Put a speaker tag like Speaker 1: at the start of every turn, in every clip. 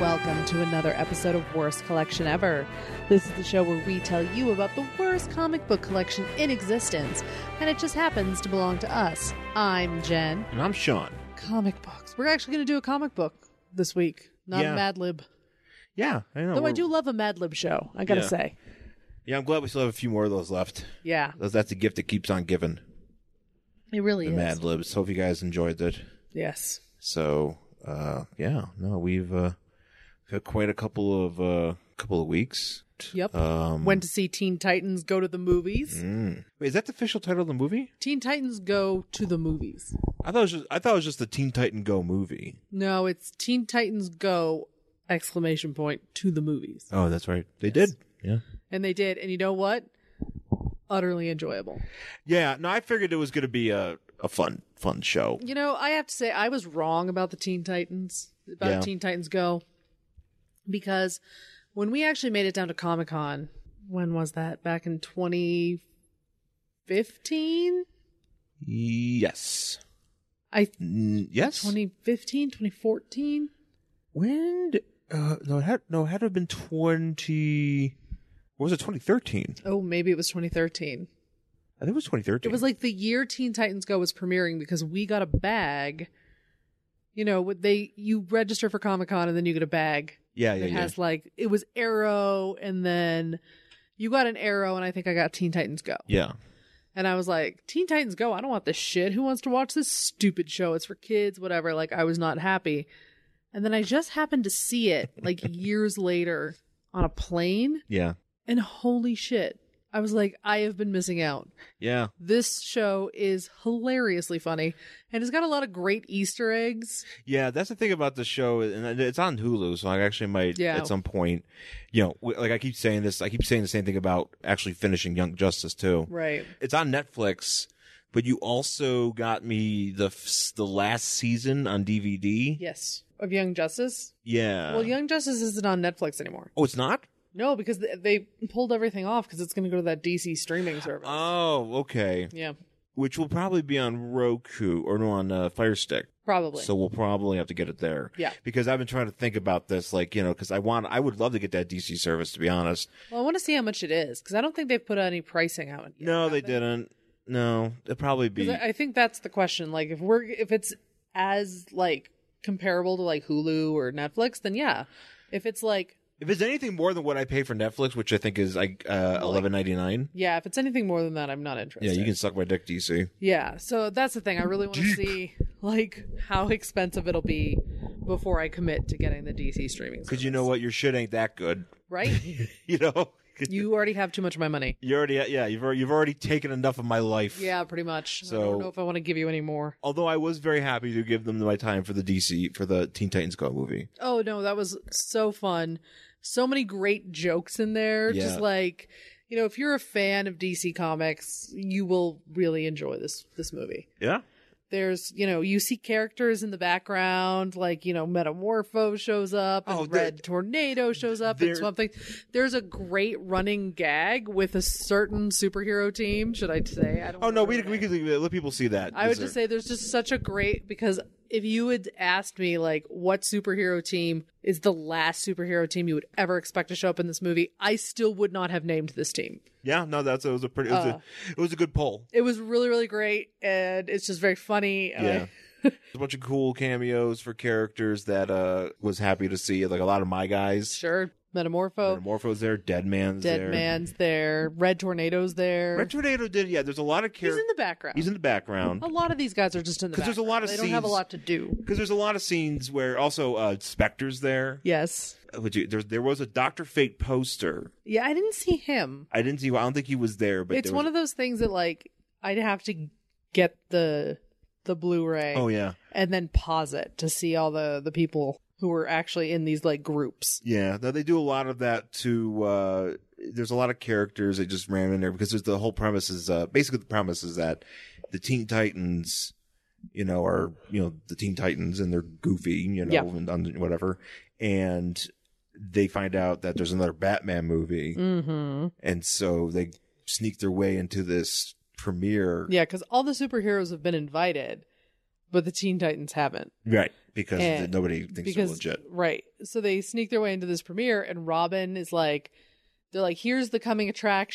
Speaker 1: Welcome to another episode of Worst Collection Ever. This is the show where we tell you about the worst comic book collection in existence, and it just happens to belong to us. I'm Jen.
Speaker 2: And I'm Sean.
Speaker 1: Comic books. We're actually going to do a comic book this week, not
Speaker 2: Yeah.
Speaker 1: a Mad Lib.
Speaker 2: Yeah, I know.
Speaker 1: Though I
Speaker 2: we're-
Speaker 1: do love a Mad Lib show, I got to
Speaker 2: Yeah.
Speaker 1: say.
Speaker 2: Yeah, I'm glad we still have a few more of those left.
Speaker 1: Yeah,
Speaker 2: That's- That's a gift that keeps on giving.
Speaker 1: it really
Speaker 2: The
Speaker 1: is.
Speaker 2: Mad Libs. Hope you guys enjoyed it.
Speaker 1: Yes.
Speaker 2: So, uh, yeah, no, we've uh, had quite a couple of uh, couple of weeks.
Speaker 1: Yep.
Speaker 2: Um,
Speaker 1: Went to see Teen Titans Go to the Movies.
Speaker 2: mm. Wait, is that the official title of the movie?
Speaker 1: Teen Titans Go to the Movies.
Speaker 2: I thought it was just, I thought it was just the Teen Titan Go movie.
Speaker 1: No, it's Teen Titans Go! Exclamation point to the movies.
Speaker 2: Oh, that's right. They did. Yeah.
Speaker 1: And they did. And you know what? Utterly enjoyable.
Speaker 2: Yeah. No, I figured it was going to be a a fun fun show.
Speaker 1: You know, I have to say, I was wrong about the Teen Titans, about
Speaker 2: Yeah.
Speaker 1: Teen Titans Go, because when we actually made it down to Comic Con, when was that? Back in 2015?
Speaker 2: Yes.
Speaker 1: I
Speaker 2: Mm, yes.
Speaker 1: 2015, 2014?
Speaker 2: When? d- Uh, no, it had no, it had to have been twenty. What was it? Twenty thirteen.
Speaker 1: Oh, maybe it was 2013.
Speaker 2: I think it was twenty
Speaker 1: It
Speaker 2: thirteen.
Speaker 1: was like the year Teen Titans Go was premiering because we got a bag. You know, what they you register for Comic Con and then you get a bag.
Speaker 2: yeah, yeah,
Speaker 1: it
Speaker 2: yeah.
Speaker 1: has like it was Arrow, and then you got an Arrow, and I think I got Teen Titans Go.
Speaker 2: yeah.
Speaker 1: And I was like, Teen Titans Go, I don't want this shit. Who wants to watch this stupid show? It's for kids, whatever. Like I was not happy. And then I just happened to see it like years later on a plane,
Speaker 2: Yeah.
Speaker 1: and holy shit. I was like, I have been missing out.
Speaker 2: Yeah.
Speaker 1: This show is hilariously funny and it's got a lot of great Easter eggs.
Speaker 2: Yeah, that's the thing about the show, and it's on Hulu, so I actually might
Speaker 1: Yeah.
Speaker 2: at some point, you know, w- like I keep saying this, I keep saying the same thing about actually finishing Young Justice too.
Speaker 1: Right.
Speaker 2: It's on Netflix, but you also got me the f- the last season on DVD.
Speaker 1: Yes. Of Young Justice.
Speaker 2: Yeah.
Speaker 1: well, Young Justice isn't on Netflix anymore.
Speaker 2: Oh, it's not.
Speaker 1: No, because th- they pulled everything off because it's going to go to that DC
Speaker 2: Uh,
Speaker 1: streaming service.
Speaker 2: Oh, okay.
Speaker 1: yeah,
Speaker 2: Which will probably be on Roku or no on uh, Fire Stick.
Speaker 1: probably.
Speaker 2: So we'll probably have to get it there.
Speaker 1: Yeah.
Speaker 2: Because I've been trying to think about this, like you know, because I want, I would love to get that DC service to be honest.
Speaker 1: well, I want to see how much it is because I don't think they've put any pricing out. Yet,
Speaker 2: no, they didn't. No, it'd probably be.
Speaker 1: 'Cause I, I think that's the question. Like, if we're if it's as like comparable to like Hulu or Netflix, then yeah. If it's like
Speaker 2: if it's anything more than what I pay for Netflix, which I think is like uh, eleven ninety nine.
Speaker 1: yeah, if it's anything more than that, I'm not interested.
Speaker 2: Yeah, you can suck my dick, DC.
Speaker 1: Yeah, so that's the thing. I really want to
Speaker 2: Deep.
Speaker 1: see like how expensive it'll be before I commit to getting the DC streaming.
Speaker 2: Because you know what, your shit ain't that good.
Speaker 1: right?
Speaker 2: you know,
Speaker 1: you already have too much of my money.
Speaker 2: you already, yeah, you've already, you've already taken enough of my life.
Speaker 1: Yeah, pretty much. I
Speaker 2: So-
Speaker 1: don't know if I want to give you any more.
Speaker 2: Although I was very happy to give them my time for the DC for the Teen Titans Go movie.
Speaker 1: Oh no, that was so fun. So many great jokes in there.
Speaker 2: Yeah.
Speaker 1: Just like you know, if you're a fan of DC Comics, you will really enjoy this this movie.
Speaker 2: Yeah.
Speaker 1: There's you know, you see characters in the background, like, you know, Metamorpho shows up and
Speaker 2: Oh, there-
Speaker 1: Red Tornado shows up and
Speaker 2: there-
Speaker 1: something. There's a great running gag with a certain superhero team, should I say? I don't
Speaker 2: Oh no,
Speaker 1: remember
Speaker 2: we
Speaker 1: the
Speaker 2: we
Speaker 1: name.
Speaker 2: could let people see that.
Speaker 1: I would
Speaker 2: These are-
Speaker 1: just say there's just such a great because if you had asked me like what superhero team is the last superhero team you would ever expect to show up in this movie, I still would not have named this team.
Speaker 2: Yeah, no, that's it was a pretty. It was,
Speaker 1: Uh.
Speaker 2: a, it was a good poll.
Speaker 1: It was really really great and it's just very funny. Uh, and
Speaker 2: Yeah. There's a bunch of cool cameos for characters that uh was happy to see. Like a lot of my
Speaker 1: I-
Speaker 2: guys.
Speaker 1: sure, Metamorpho,
Speaker 2: Metamorpho's there. Dead Man's
Speaker 1: Oh. Dead
Speaker 2: there.
Speaker 1: Man's there, Red Tornado's there.
Speaker 2: Red Tornado did. Yeah, there's a lot of
Speaker 1: He's in Oh.
Speaker 2: characters.
Speaker 1: the background.
Speaker 2: He's in the background
Speaker 1: a lot of these guys are just in the
Speaker 2: 'Cause
Speaker 1: background.
Speaker 2: there's a lot of
Speaker 1: they don't have a
Speaker 2: scenes-
Speaker 1: lot to do.
Speaker 2: because there's a lot of scenes where also uh Spectre's there.
Speaker 1: Yes.
Speaker 2: Would you, there, there was a Doctor Fate poster.
Speaker 1: Yeah, I didn't see him.
Speaker 2: I didn't see. I don't think he was there, but
Speaker 1: it's
Speaker 2: there
Speaker 1: one
Speaker 2: was,
Speaker 1: of those things that like I'd have to get the the Blu-ray
Speaker 2: Oh yeah,
Speaker 1: and then pause it to see all the the people who were actually in these like groups.
Speaker 2: yeah. No, they do a lot of that to. uh There's a lot of characters that just ran in there because there's the whole premise is uh basically the premise is that the Teen Titans. You know, are you know the Teen Titans and they're goofy, you know,
Speaker 1: Yeah.
Speaker 2: and, and whatever. And they find out that there's another Batman movie,
Speaker 1: Mm-hmm.
Speaker 2: and so they sneak their way into this premiere.
Speaker 1: Yeah, because all the superheroes have been invited, but the Teen Titans haven't.
Speaker 2: Right. Because
Speaker 1: And-
Speaker 2: nobody thinks
Speaker 1: because
Speaker 2: they're legit.
Speaker 1: right so they sneak their way into this premiere and robin is like they're like here's the coming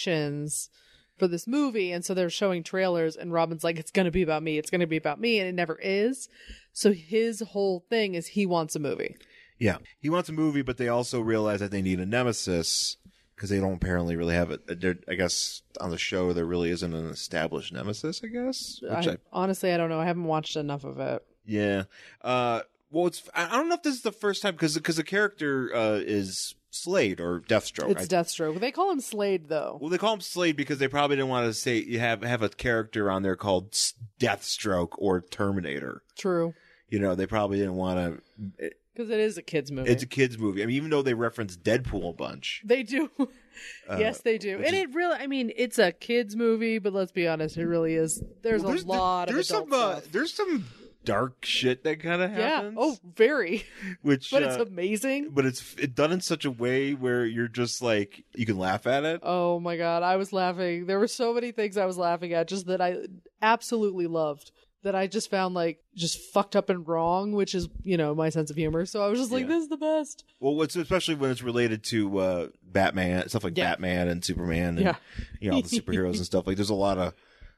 Speaker 1: attractions for this movie and so they're showing trailers and robin's like it's gonna be about me it's gonna be about me and it never is so his whole thing is he wants a movie
Speaker 2: Yeah. He wants a movie, but they also realize that they need a nemesis because they don't apparently really have it. They're- I guess on the show, there really isn't an established nemesis, I guess. Which
Speaker 1: I,
Speaker 2: I,
Speaker 1: honestly i don't know i haven't watched enough of it
Speaker 2: yeah. Uh, well, it's, I I don't know if this is the first time because the character uh, is Slade or Deathstroke.
Speaker 1: it's
Speaker 2: Oh, I-
Speaker 1: deathstroke they call him slade though
Speaker 2: well, they call him Slade because they probably didn't want to say you have have a character on there called S- Deathstroke or Terminator.
Speaker 1: true
Speaker 2: You know, they probably didn't want to.
Speaker 1: because it is a kids movie
Speaker 2: It's a kids movie. I mean, even though they reference Deadpool a bunch.
Speaker 1: they do
Speaker 2: uh,
Speaker 1: yes they do
Speaker 2: which
Speaker 1: and
Speaker 2: is-
Speaker 1: it really i mean it's a kids movie but let's be honest it really is there's,
Speaker 2: Well,
Speaker 1: a lot
Speaker 2: there's
Speaker 1: of adult
Speaker 2: some uh,
Speaker 1: stuff.
Speaker 2: there's some dark shit that kind of
Speaker 1: Yeah.
Speaker 2: happens.
Speaker 1: Oh, very.
Speaker 2: which
Speaker 1: But
Speaker 2: uh,
Speaker 1: it's amazing.
Speaker 2: but it's it done in such a way where you're just like you can laugh at it.
Speaker 1: Oh my god, I was laughing. There were so many things I was laughing at just that I absolutely loved that I just found like just fucked up and wrong, which is, you know, my sense of humor. So I was just like
Speaker 2: Yeah.
Speaker 1: this is the best.
Speaker 2: Well, what's especially when it's related to uh, Batman stuff like
Speaker 1: Yeah.
Speaker 2: Batman and Superman and
Speaker 1: Yeah.
Speaker 2: you know all the superheroes and stuff. Like there's a lot of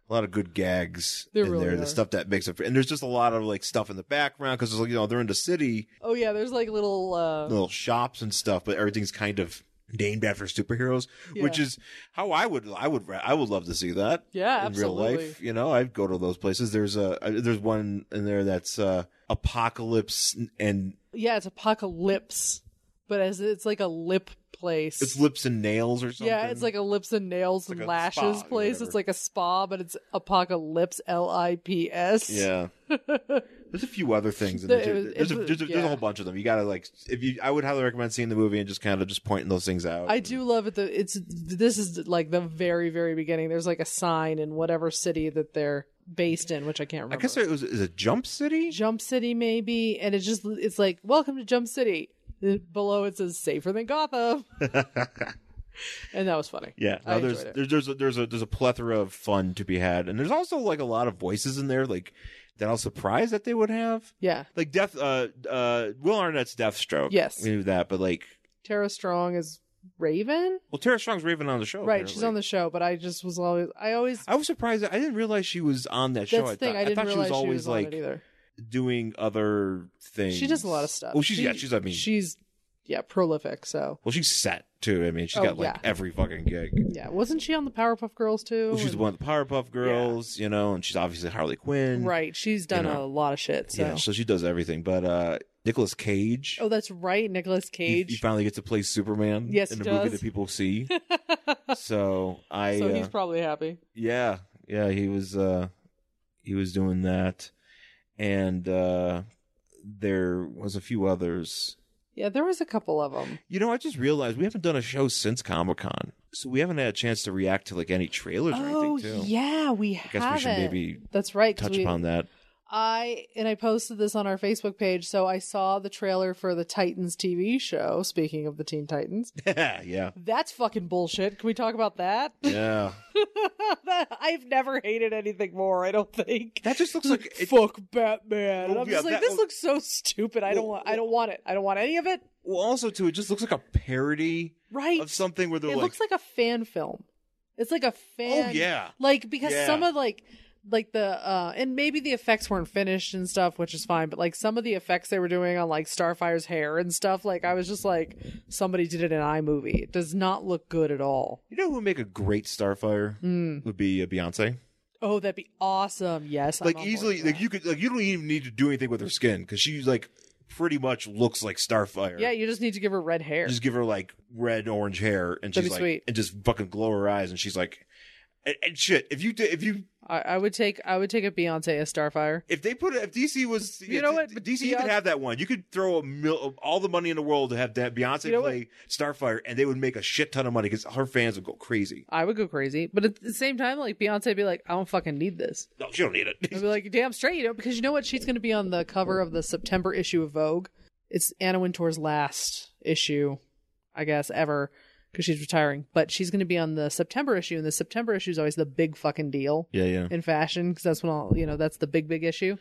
Speaker 2: a lot of good gags
Speaker 1: There
Speaker 2: in
Speaker 1: really
Speaker 2: there.
Speaker 1: are.
Speaker 2: The stuff that makes up, and there's just a lot of like stuff in the background because like you know they're in the city,
Speaker 1: Oh yeah, there's like little uh
Speaker 2: little shops and stuff, but everything's kind of named after superheroes, which
Speaker 1: Yeah.
Speaker 2: is how I would I would I would love to see that.
Speaker 1: Yeah,
Speaker 2: in
Speaker 1: absolutely.
Speaker 2: real life, you know, I'd go to those places. There's a there's one in there that's uh, apocalypse and
Speaker 1: Yeah, it's apocalypse. But as it's like a lip place.
Speaker 2: it's lips and nails or something.
Speaker 1: yeah, it's like a lips and nails
Speaker 2: like
Speaker 1: and
Speaker 2: a
Speaker 1: lashes
Speaker 2: spa or
Speaker 1: place.
Speaker 2: whatever.
Speaker 1: It's like a spa, but it's apocalypse L I P S.
Speaker 2: yeah. There's a few other things. In
Speaker 1: The-
Speaker 2: there.
Speaker 1: it
Speaker 2: too.
Speaker 1: was-
Speaker 2: there's,
Speaker 1: it
Speaker 2: a,
Speaker 1: was-
Speaker 2: there's, a, there's
Speaker 1: yeah.
Speaker 2: a whole bunch of them. You gotta like if you. I would highly recommend seeing the movie and just kind of just pointing those things out.
Speaker 1: I do love it. The it's this is like the very very beginning. There's like a sign in whatever city that they're based in, which I can't remember.
Speaker 2: I guess it was is it Jump City.
Speaker 1: Jump City maybe, and it's just it's like welcome to Jump City. Below it says safer than Gotham, and that was funny.
Speaker 2: Yeah,
Speaker 1: I
Speaker 2: no, there's,
Speaker 1: enjoyed it.
Speaker 2: there's there's a, there's a there's a plethora of fun to be had, and there's also like a lot of voices in there like that I was surprised that they would have
Speaker 1: Yeah,
Speaker 2: like Death uh uh Will Arnett's Deathstroke.
Speaker 1: Yes.
Speaker 2: we knew that, but like
Speaker 1: Tara Strong is Raven,
Speaker 2: well, Tara Strong's Raven on the show,
Speaker 1: right? She's
Speaker 2: Oh, apparently.
Speaker 1: on the show, but I just was always I always
Speaker 2: I was surprised. that- I didn't realize she was on that show.
Speaker 1: that's the thing.
Speaker 2: thought,
Speaker 1: I didn't
Speaker 2: thought she
Speaker 1: realize
Speaker 2: was always
Speaker 1: on
Speaker 2: like
Speaker 1: it either.
Speaker 2: doing other things.
Speaker 1: She does a lot of stuff.
Speaker 2: Well, she's yeah, she's I mean
Speaker 1: she's yeah prolific. So
Speaker 2: Well, she's set too. I mean, she's
Speaker 1: Oh,
Speaker 2: got like
Speaker 1: yeah.
Speaker 2: every fucking gig.
Speaker 1: yeah, wasn't she on the Powerpuff Girls too?
Speaker 2: Well, she's
Speaker 1: And-
Speaker 2: one of the Powerpuff Girls, you know, and she's obviously Harley Quinn.
Speaker 1: Right. She's done
Speaker 2: know.
Speaker 1: a lot of shit. So.
Speaker 2: Yeah, so she does everything. But uh Nicolas Cage,
Speaker 1: oh, that's right. Nicolas
Speaker 2: he-
Speaker 1: Cage.
Speaker 2: He, finally gets to play Superman
Speaker 1: Yes,
Speaker 2: in a
Speaker 1: he
Speaker 2: movie
Speaker 1: does.
Speaker 2: that people see. so I
Speaker 1: so
Speaker 2: uh,
Speaker 1: he's probably happy.
Speaker 2: yeah, yeah, he was uh he was doing that. And uh there was a few others.
Speaker 1: Yeah, there was a couple of them.
Speaker 2: You know, I just realized we haven't done a show since Comic Con, so we haven't had a chance to react to like any trailers or
Speaker 1: Oh
Speaker 2: anything. Too.
Speaker 1: yeah, we
Speaker 2: I guess
Speaker 1: haven't.
Speaker 2: we should maybe
Speaker 1: that's right. 'cause
Speaker 2: touch
Speaker 1: we-
Speaker 2: upon that.
Speaker 1: I and I posted this on our Facebook page. So I saw the trailer for the Titans TV show. Speaking of the Teen Titans,
Speaker 2: yeah.
Speaker 1: that's fucking bullshit. Can we talk about that?
Speaker 2: Yeah.
Speaker 1: I've never hated anything more. I don't think.
Speaker 2: That just looks like it,
Speaker 1: Fuck Batman. And
Speaker 2: Well,
Speaker 1: I'm
Speaker 2: yeah,
Speaker 1: just like,
Speaker 2: that-
Speaker 1: this looks so stupid. I don't want. I don't want it. I don't want any of it.
Speaker 2: well also too, it just looks like a parody
Speaker 1: Right.
Speaker 2: of something where they're
Speaker 1: it
Speaker 2: like,
Speaker 1: looks like a fan film. It's like a fan.
Speaker 2: Oh yeah.
Speaker 1: Like because
Speaker 2: Yeah.
Speaker 1: some of like like the uh and maybe the effects weren't finished and stuff, which is fine. But like some of the effects they were doing on like Starfire's hair and stuff, like I was just like somebody did it in iMovie. It does not look good at all. Mm.
Speaker 2: You know who would make a great Starfire would be uh, Beyonce.
Speaker 1: Oh, that'd be awesome. Yes, I'm
Speaker 2: Like
Speaker 1: on board
Speaker 2: easily,
Speaker 1: for
Speaker 2: like
Speaker 1: that.
Speaker 2: you could, like you don't even need to do anything with her skin because she's like pretty much looks like Starfire.
Speaker 1: Yeah, you just need to give her red hair.
Speaker 2: just give her like red orange hair and
Speaker 1: That'd
Speaker 2: she's
Speaker 1: be
Speaker 2: like
Speaker 1: sweet.
Speaker 2: and just fucking glow her eyes and she's like and, and shit if you did if you
Speaker 1: I, I would take I would take a Beyonce as Starfire.
Speaker 2: if they put it if dDC was
Speaker 1: You know what?
Speaker 2: DC you could
Speaker 1: Beyonce-
Speaker 2: have that one you could throw a mil, all the money in the world to have that Beyonce
Speaker 1: You know
Speaker 2: play Starfire and they would make a shit ton of money because her fans would go crazy
Speaker 1: I would go crazy, but at the same time, like Beyonce, would be like, I don't fucking need this.
Speaker 2: no she don't need
Speaker 1: I'd
Speaker 2: it
Speaker 1: be like, damn straight, you know, because you know what? She's going to be on the cover of the September issue of Vogue. It's Anna Wintour's last issue, I guess, ever. because she's retiring. But she's going to be on the September issue, and the September issue is always the big fucking deal
Speaker 2: Yeah, yeah.
Speaker 1: in fashion because that's when all you know that's the big big issue.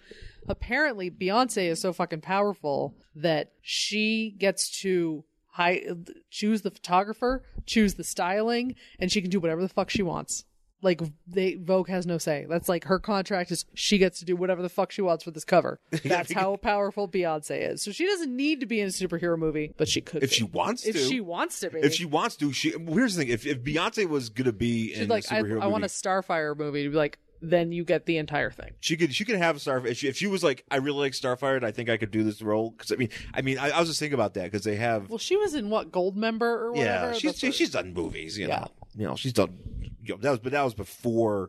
Speaker 1: Apparently, Beyonce is so fucking powerful that she gets to high choose the photographer, choose the styling, and she can do whatever the fuck she wants. Like they Vogue has no say. That's like her contract is she gets to do whatever the fuck she wants for this cover. That's how powerful Beyonce is. So she doesn't need to be in a superhero movie, but she could
Speaker 2: If
Speaker 1: be.
Speaker 2: she wants
Speaker 1: if
Speaker 2: to.
Speaker 1: she wants to be.
Speaker 2: if she wants to, she. well, Here's the thing: if, if Beyonce was gonna be
Speaker 1: She's
Speaker 2: in
Speaker 1: like
Speaker 2: a
Speaker 1: I,
Speaker 2: superhero
Speaker 1: I
Speaker 2: movie,
Speaker 1: want a Starfire movie to be like then you get the entire thing.
Speaker 2: she could she could have Starfire. If she, if she was like, I really like Starfire, and I think I could do this role. Because I mean, I mean, I, I was just thinking about that because they have.
Speaker 1: Well, she was in what Gold Member or whatever.
Speaker 2: yeah, she's
Speaker 1: That's what-
Speaker 2: she's done movies. You
Speaker 1: Yeah.
Speaker 2: know, you know, she's done. You know, that was but that was before.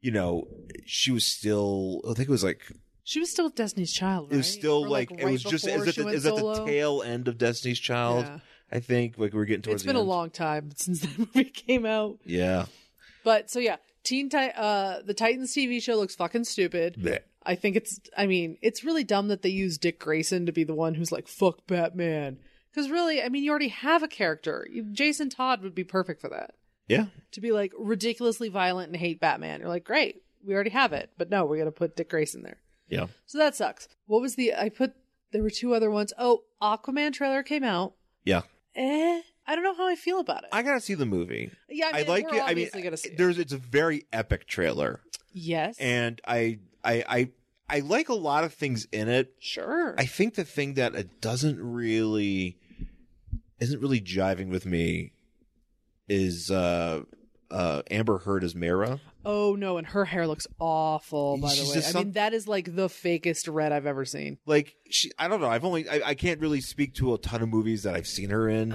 Speaker 2: You know, she was still. I think it was like
Speaker 1: she was still with Destiny's Child.
Speaker 2: it was
Speaker 1: right?
Speaker 2: still
Speaker 1: Or,
Speaker 2: like, it
Speaker 1: right
Speaker 2: was just
Speaker 1: before
Speaker 2: is at
Speaker 1: she
Speaker 2: the,
Speaker 1: went
Speaker 2: is at the
Speaker 1: solo?
Speaker 2: tail end of Destiny's Child.
Speaker 1: Yeah.
Speaker 2: I think like we're getting towards.
Speaker 1: It's been
Speaker 2: the
Speaker 1: a
Speaker 2: end.
Speaker 1: long time since that movie came out.
Speaker 2: Yeah.
Speaker 1: But so yeah, Teen Ti- uh the Titans TV show looks fucking stupid.
Speaker 2: Blech.
Speaker 1: I think it's I mean, it's really dumb that they use Dick Grayson to be the one who's like fuck Batman. Cuz really, I mean, you already have a character. You- Jason Todd would be perfect for that.
Speaker 2: Yeah.
Speaker 1: To be like ridiculously violent and hate Batman. You're like, "Great. We already have it." But no, we're going to put Dick Grayson there.
Speaker 2: Yeah.
Speaker 1: So that sucks. What was the I put there were two other ones. Oh, Aquaman trailer came out.
Speaker 2: Yeah.
Speaker 1: Eh, I don't know how I feel about it.
Speaker 2: I gotta see the movie.
Speaker 1: yeah, I,
Speaker 2: I
Speaker 1: mean,
Speaker 2: like
Speaker 1: we're
Speaker 2: it. I mean,
Speaker 1: obviously gonna see it.
Speaker 2: there's it's a very epic trailer,
Speaker 1: Yes.
Speaker 2: and I I I I like a lot of things in it.
Speaker 1: sure.
Speaker 2: I think the thing that it doesn't really isn't really jiving with me is uh uh Amber Heard as Mara.
Speaker 1: oh no, and her hair looks awful. By the
Speaker 2: She's
Speaker 1: way,
Speaker 2: just
Speaker 1: I
Speaker 2: some-
Speaker 1: mean that is like the fakest red I've ever seen.
Speaker 2: Like she, I don't know. I've only I, I can't really speak to a ton of movies that I've seen her in.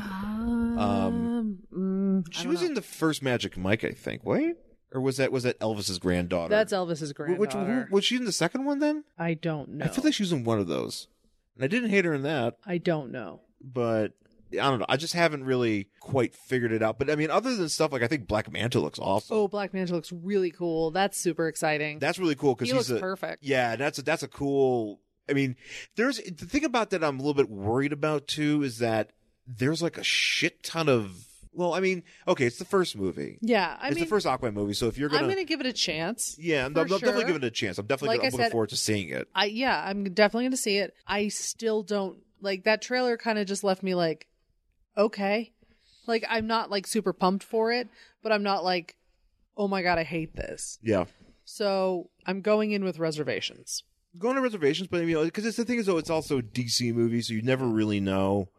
Speaker 1: Um, mm, I
Speaker 2: She
Speaker 1: don't
Speaker 2: was
Speaker 1: know.
Speaker 2: in the first Magic Mike, I think. Wait, or was that was that Elvis's granddaughter?
Speaker 1: That's Elvis's
Speaker 2: Wh- Which
Speaker 1: granddaughter.
Speaker 2: wh- was she in the second one then?
Speaker 1: I don't know.
Speaker 2: I feel like she was in one of those, and I didn't hate her in that.
Speaker 1: I don't know.
Speaker 2: But I don't know. I just haven't really quite figured it out. But I mean, other than stuff like I think Black Manta looks awesome.
Speaker 1: Oh, Black Manta looks really cool. That's super exciting.
Speaker 2: That's really cool because
Speaker 1: he
Speaker 2: he's
Speaker 1: looks
Speaker 2: a
Speaker 1: perfect.
Speaker 2: yeah. That's a, that's a cool. I mean, there's the thing about that I'm a little bit worried about too is that there's like a shit ton of. Well, I mean, okay, it's the first movie.
Speaker 1: Yeah, I
Speaker 2: it's
Speaker 1: mean,
Speaker 2: the first Aquaman movie, so if you're gonna
Speaker 1: I'm gonna give it a chance.
Speaker 2: Yeah, I'm,
Speaker 1: For
Speaker 2: I'm definitely
Speaker 1: sure.
Speaker 2: giving it a chance. I'm
Speaker 1: Like
Speaker 2: definitely gonna,
Speaker 1: I
Speaker 2: I'm looking
Speaker 1: said-
Speaker 2: forward to seeing it.
Speaker 1: I yeah, I'm definitely going to see it. I still don't like that trailer kind of just left me like okay. Like I'm not like super pumped for it, but I'm not like oh my god, I hate this.
Speaker 2: Yeah,
Speaker 1: So, I'm going in with reservations.
Speaker 2: going on reservations, but you know, because it's the thing is, though, it's also a DC movie, so you never really know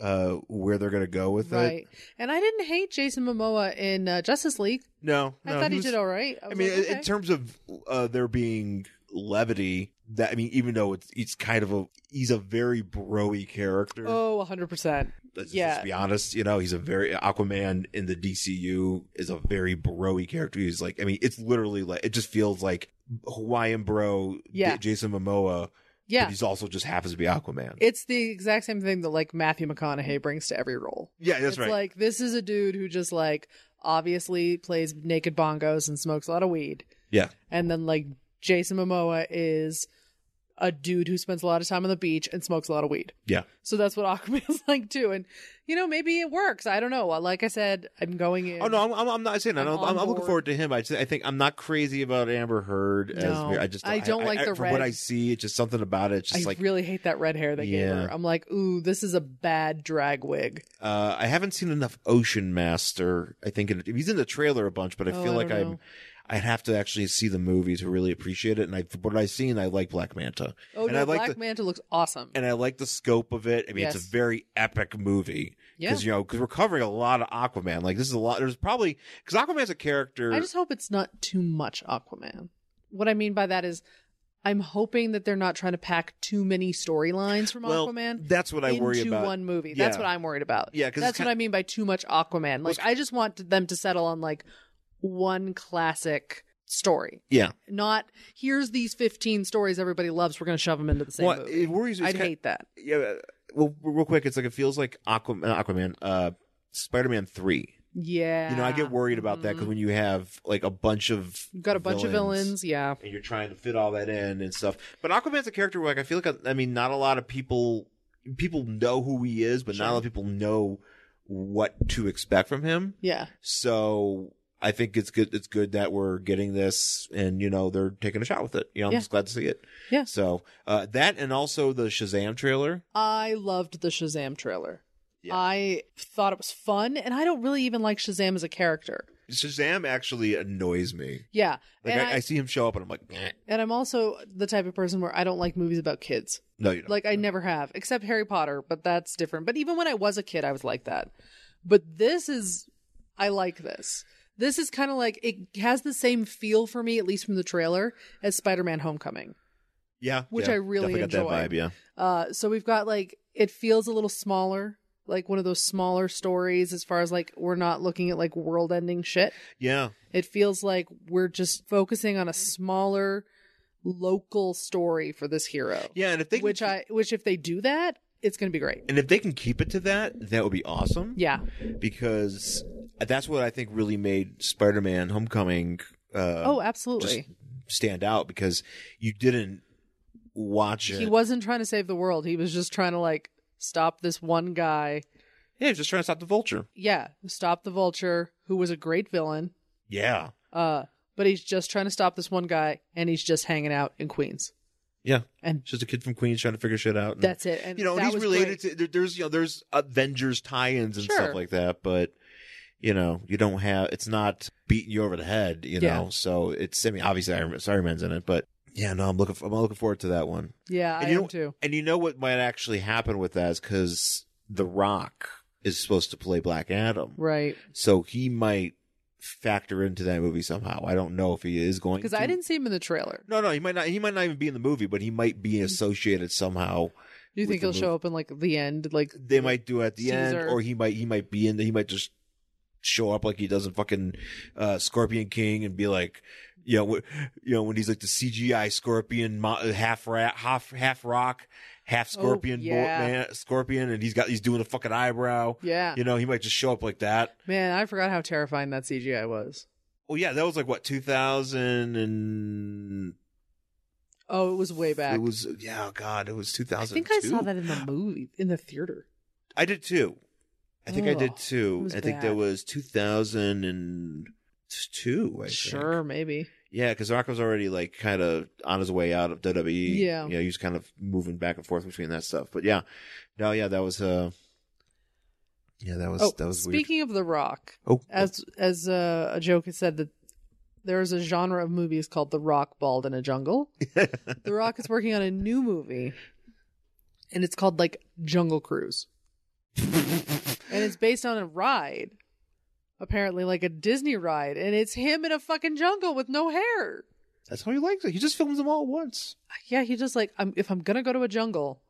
Speaker 2: uh where they're gonna go with it.
Speaker 1: Right. And I didn't hate Jason Momoa in uh, Justice League.
Speaker 2: No,
Speaker 1: I
Speaker 2: no,
Speaker 1: thought he,
Speaker 2: was-
Speaker 1: did all right.
Speaker 2: I
Speaker 1: was
Speaker 2: mean,
Speaker 1: like,
Speaker 2: in-
Speaker 1: okay.
Speaker 2: in terms of uh there being levity, that I mean, even though it's it's kind of a he's a very broy character.
Speaker 1: Oh, 100%.
Speaker 2: let's
Speaker 1: yeah.
Speaker 2: just be honest. You know, he's a very Aquaman in the DCU is a very broy character. He's like, I mean, it's literally like it just feels like Hawaiian bro,
Speaker 1: Yeah.
Speaker 2: J- Jason Momoa, but
Speaker 1: Yeah.
Speaker 2: he's also just happens to be Aquaman.
Speaker 1: It's the exact same thing that like Matthew McConaughey brings to every role.
Speaker 2: yeah, that's
Speaker 1: it's
Speaker 2: right.
Speaker 1: like this is a dude who just like obviously plays naked bongos and smokes a lot of weed.
Speaker 2: Yeah.
Speaker 1: And then like Jason Momoa is a dude who spends a lot of time on the beach and smokes a lot of weed.
Speaker 2: Yeah.
Speaker 1: So that's what Aquaman's like too. And you know, maybe it works. I don't know. Like I said, I'm going in.
Speaker 2: Oh no, I'm, I'm, I'm not saying that.
Speaker 1: I'm
Speaker 2: I'm,
Speaker 1: on
Speaker 2: I'm, I'm looking
Speaker 1: board.
Speaker 2: forward to him. I, just, I think I'm not crazy about Amber Heard. As
Speaker 1: No.
Speaker 2: Mira. I just
Speaker 1: I don't like the
Speaker 2: from
Speaker 1: red.
Speaker 2: what I see. It's just something about it. It's
Speaker 1: I
Speaker 2: just like
Speaker 1: really hate that red hair they gave
Speaker 2: Yeah.
Speaker 1: her. I'm like, ooh, this is a bad drag wig.
Speaker 2: uh, I haven't seen enough Ocean Master. I think in, he's in the trailer a bunch, but I
Speaker 1: Oh,
Speaker 2: feel
Speaker 1: I
Speaker 2: like
Speaker 1: don't
Speaker 2: I'm.
Speaker 1: know.
Speaker 2: I'd have to actually see the movie to really appreciate it. And I, from what I've seen, I like Black Manta,
Speaker 1: Oh
Speaker 2: And
Speaker 1: no,
Speaker 2: I like
Speaker 1: Black
Speaker 2: the-
Speaker 1: Manta looks awesome.
Speaker 2: and I like the scope of it. I mean, it's
Speaker 1: Yes.
Speaker 2: a very epic movie
Speaker 1: Yeah.
Speaker 2: because you know because we're covering a lot of Aquaman. Like this is a lot. There's probably because Aquaman's a character.
Speaker 1: I just hope it's not too much Aquaman. What I mean by that is, I'm hoping that they're not trying to pack too many storylines from
Speaker 2: well,
Speaker 1: Aquaman
Speaker 2: that's what I
Speaker 1: into
Speaker 2: worry about.
Speaker 1: one movie. That's
Speaker 2: Yeah.
Speaker 1: what I'm worried about.
Speaker 2: Yeah, 'cause it's
Speaker 1: that's
Speaker 2: kin-
Speaker 1: what I mean by too much Aquaman.
Speaker 2: Well,
Speaker 1: Like, I just want them to settle on like one classic story,
Speaker 2: yeah,
Speaker 1: not here's these 15 stories everybody loves. We're going to shove them into the same
Speaker 2: well,
Speaker 1: movie.
Speaker 2: it worries. me.
Speaker 1: I'd
Speaker 2: It's kind-
Speaker 1: hate that.
Speaker 2: Yeah, well, real quick, it's like it feels like Aquaman, Aquaman, uh, Spider-Man three.
Speaker 1: Yeah,
Speaker 2: You know, I get worried about that 'cause that because when you have like a bunch of
Speaker 1: You've got a bunch of villains. Yeah,
Speaker 2: and you're trying to fit all that in and stuff. But Aquaman's a character where like uh, I feel like I mean not a lot of people people know who he is, but not a lot of people know what to expect from him.
Speaker 1: Yeah.
Speaker 2: So I think it's good. It's good that we're getting this, and you know they're taking a shot with it. You know, I'm
Speaker 1: Yeah.
Speaker 2: just glad to see it.
Speaker 1: Yeah.
Speaker 2: So uh, that, and also the Shazam trailer.
Speaker 1: I loved the Shazam trailer.
Speaker 2: Yeah.
Speaker 1: I thought it was fun, and I don't really even like Shazam as a character.
Speaker 2: Shazam actually annoys me.
Speaker 1: Yeah.
Speaker 2: Like
Speaker 1: and,
Speaker 2: I, I, see him show up, and I'm like, "Eh."
Speaker 1: and I'm also the type of person where I don't like movies about kids.
Speaker 2: no, you don't.
Speaker 1: Like I never have, except Harry Potter, but that's different. But even when I was a kid, I was like that. But this is, I like this. This is kind of like it has the same feel for me, at least from the trailer, as Spider-Man: Homecoming.
Speaker 2: yeah,
Speaker 1: which
Speaker 2: yeah.
Speaker 1: I really
Speaker 2: Definitely got that
Speaker 1: enjoy.
Speaker 2: vibe, yeah.
Speaker 1: Uh, so we've got like it feels a little smaller, like one of those smaller stories as far as like we're not looking at like world-ending shit.
Speaker 2: Yeah,
Speaker 1: It feels like we're just focusing on a smaller local story for this hero.
Speaker 2: yeah, and if they can,
Speaker 1: Which I which if they do that, it's going to be great.
Speaker 2: and if they can keep it to that, that would be awesome.
Speaker 1: Yeah.
Speaker 2: because that's what I think really made Spider-Man: Homecoming uh,
Speaker 1: oh, absolutely.
Speaker 2: stand out because you didn't watch it.
Speaker 1: He wasn't trying to save the world. He was just trying to like stop this one guy.
Speaker 2: yeah, just trying to stop the vulture.
Speaker 1: Yeah, stop the vulture who was a great villain.
Speaker 2: Yeah,
Speaker 1: Uh, but he's just trying to stop this one guy and he's just hanging out in Queens.
Speaker 2: yeah. Mm.
Speaker 1: And
Speaker 2: It's just a kid from Queens trying to figure shit out. and-
Speaker 1: that's it. And
Speaker 2: you know, and
Speaker 1: that
Speaker 2: he's
Speaker 1: was
Speaker 2: related
Speaker 1: great.
Speaker 2: to there, there's you know there's Avengers tie-ins and stuff
Speaker 1: Sure.
Speaker 2: like that, but you know you don't have it's not beating you over the head, you
Speaker 1: Yeah.
Speaker 2: know. So it's I mean obviously Iron, Man- Iron Man's in it, but yeah, no, I'm looking I'm looking forward to that one.
Speaker 1: Yeah,
Speaker 2: And
Speaker 1: I
Speaker 2: you
Speaker 1: am
Speaker 2: know-
Speaker 1: too.
Speaker 2: And you know what might actually happen with that is because The Rock is supposed to play Black Adam,
Speaker 1: Right.
Speaker 2: so he might factor into that movie somehow. I don't know if he is going
Speaker 1: Because
Speaker 2: to.
Speaker 1: I didn't see him in the trailer.
Speaker 2: No, no, he might not. He might not even be in the movie, but he might be associated somehow.
Speaker 1: Do you
Speaker 2: with
Speaker 1: think
Speaker 2: the
Speaker 1: he'll show up in like the end? Like
Speaker 2: They might do at the
Speaker 1: Caesar.
Speaker 2: end, or he might he might be in. The, he might just show up like he does in fucking uh, Scorpion King and be like, you know, wh- you know when he's like the CGI Scorpion, mo- half rat, half half rock, half
Speaker 1: Oh,
Speaker 2: Scorpion, bo-
Speaker 1: yeah.
Speaker 2: man, Scorpion, and he's got he's doing a fucking eyebrow.
Speaker 1: yeah.
Speaker 2: You know, he might just show up like that.
Speaker 1: Man, I forgot how terrifying that CGI was.
Speaker 2: Well, yeah, that was like what two thousand and
Speaker 1: Oh, it was way back.
Speaker 2: It was yeah, oh, God, it was two
Speaker 1: I
Speaker 2: thousand.
Speaker 1: think I saw that in the movie in the theater.
Speaker 2: I did too. I think I
Speaker 1: Ugh,
Speaker 2: did
Speaker 1: Oh, it
Speaker 2: too.
Speaker 1: was
Speaker 2: I think
Speaker 1: bad.
Speaker 2: that was 2002. I think.
Speaker 1: Sure, maybe.
Speaker 2: Yeah, because Rock was already like kind of on his way out of WWE.
Speaker 1: Yeah.
Speaker 2: You know, he was kind of moving back and forth between that stuff. But yeah, no, yeah, that was uh, yeah, that was
Speaker 1: oh,
Speaker 2: that was
Speaker 1: speaking of The Rock,
Speaker 2: weird. Oh,
Speaker 1: as as uh, a joke has said that there is a genre of movies called The Rock Bald in a Jungle. the Rock is working on a new movie, and it's called like Jungle Cruise, and it's based on a ride, apparently like a Disney ride, and it's him in a fucking jungle with no hair.
Speaker 2: that's how he likes it. He just films them all at once.
Speaker 1: Yeah, he just like I'm, if I'm gonna go to a jungle,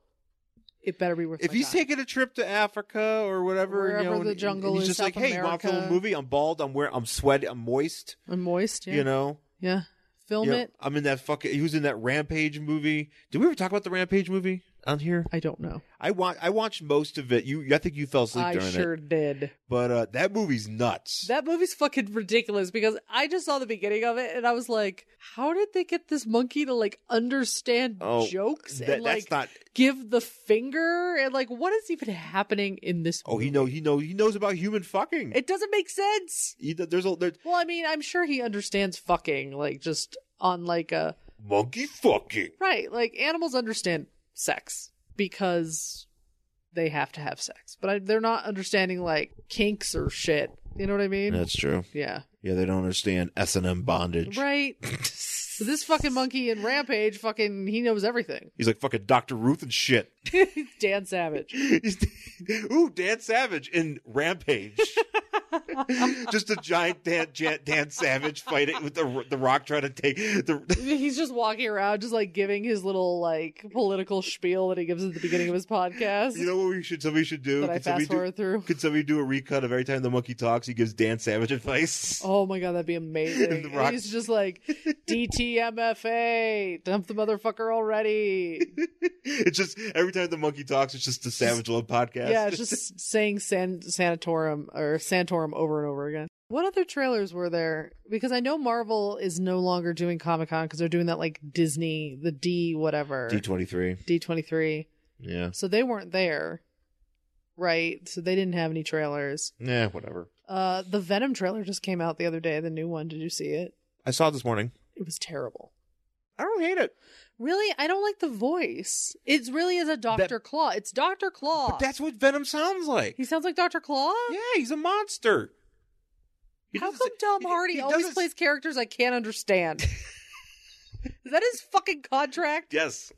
Speaker 1: it better be worth.
Speaker 2: if
Speaker 1: Oh my
Speaker 2: he's
Speaker 1: time.
Speaker 2: taking a trip to Africa or whatever,
Speaker 1: Wherever
Speaker 2: you know,
Speaker 1: the
Speaker 2: and-
Speaker 1: jungle
Speaker 2: and he's
Speaker 1: is,
Speaker 2: just
Speaker 1: South
Speaker 2: like, hey, you want to film a
Speaker 1: America."
Speaker 2: movie? I'm bald. I'm wearing. I'm sweaty. I'm moist.
Speaker 1: I'm moist, yeah,
Speaker 2: You know.
Speaker 1: yeah, film
Speaker 2: Yeah,
Speaker 1: it.
Speaker 2: I'm in that fucking. He was in that Rampage movie. Did we ever talk about the Rampage movie on here?
Speaker 1: I don't know.
Speaker 2: I wa- I watched most of it. You, I think you fell asleep
Speaker 1: I
Speaker 2: during
Speaker 1: sure
Speaker 2: it.
Speaker 1: did.
Speaker 2: But uh, that movie's nuts.
Speaker 1: That movie's fucking ridiculous because I just saw the beginning of it and I was like, how did they get this monkey to like understand
Speaker 2: Oh,
Speaker 1: jokes
Speaker 2: That-
Speaker 1: and
Speaker 2: that's
Speaker 1: like
Speaker 2: not.
Speaker 1: give the finger and like what is even happening in this?
Speaker 2: Oh, he
Speaker 1: movie?
Speaker 2: know he know he knows about human fucking.
Speaker 1: It doesn't make sense.
Speaker 2: He- there's a there's
Speaker 1: Well, I mean, I'm sure he understands fucking like just on like a
Speaker 2: monkey fucking.
Speaker 1: right. Like animals understand sex because they have to have sex, but I, they're not understanding like kinks or shit. You know what I mean?
Speaker 2: That's true.
Speaker 1: yeah.
Speaker 2: Yeah, they don't understand S and M bondage.
Speaker 1: Right. But this fucking monkey in Rampage, fucking, he knows everything.
Speaker 2: He's like fucking Doctor Ruth and shit.
Speaker 1: Dan Savage.
Speaker 2: He's- Ooh, Dan Savage in Rampage. Just a giant Dan, Jan- Dan Savage fighting with the the Rock trying to take the.
Speaker 1: He's just walking around, just like giving his little like political spiel that he gives at the beginning of his podcast
Speaker 2: You know what we should somebody should do?
Speaker 1: that I
Speaker 2: Could somebody
Speaker 1: fast
Speaker 2: do,
Speaker 1: forward through.
Speaker 2: could somebody do a recut of every time the monkey talks? He gives Dan Savage advice.
Speaker 1: Oh my god, that'd be amazing.
Speaker 2: And The
Speaker 1: And
Speaker 2: Rock-
Speaker 1: he's just like DTMFA, dump the motherfucker already.
Speaker 2: It's just every time the monkey talks, it's just the Savage Love podcast.
Speaker 1: Yeah, it's just saying san- sanatorium or santorum over and over again. What other trailers were there? Because I know Marvel is no longer doing Comic Con because they're doing that like Disney, the D whatever,
Speaker 2: D twenty three.
Speaker 1: D twenty three.
Speaker 2: Yeah.
Speaker 1: So they weren't there. right? So they didn't have any trailers.
Speaker 2: Yeah, whatever.
Speaker 1: Uh, the Venom trailer just came out the other day, the new one. Did you see it?
Speaker 2: I saw it this morning.
Speaker 1: It was terrible.
Speaker 2: I don't hate it.
Speaker 1: Really, I don't like the voice. It really is a Doctor
Speaker 2: That-
Speaker 1: Claw. It's Doctor Claw.
Speaker 2: But that's what Venom sounds like.
Speaker 1: he sounds like Doctor Claw.
Speaker 2: yeah, he's a monster. He
Speaker 1: How
Speaker 2: doesn't
Speaker 1: come
Speaker 2: s-
Speaker 1: Tom
Speaker 2: he-
Speaker 1: Hardy
Speaker 2: he
Speaker 1: always
Speaker 2: doesn't-
Speaker 1: plays characters I can't understand? is that his fucking contract?
Speaker 2: Yes.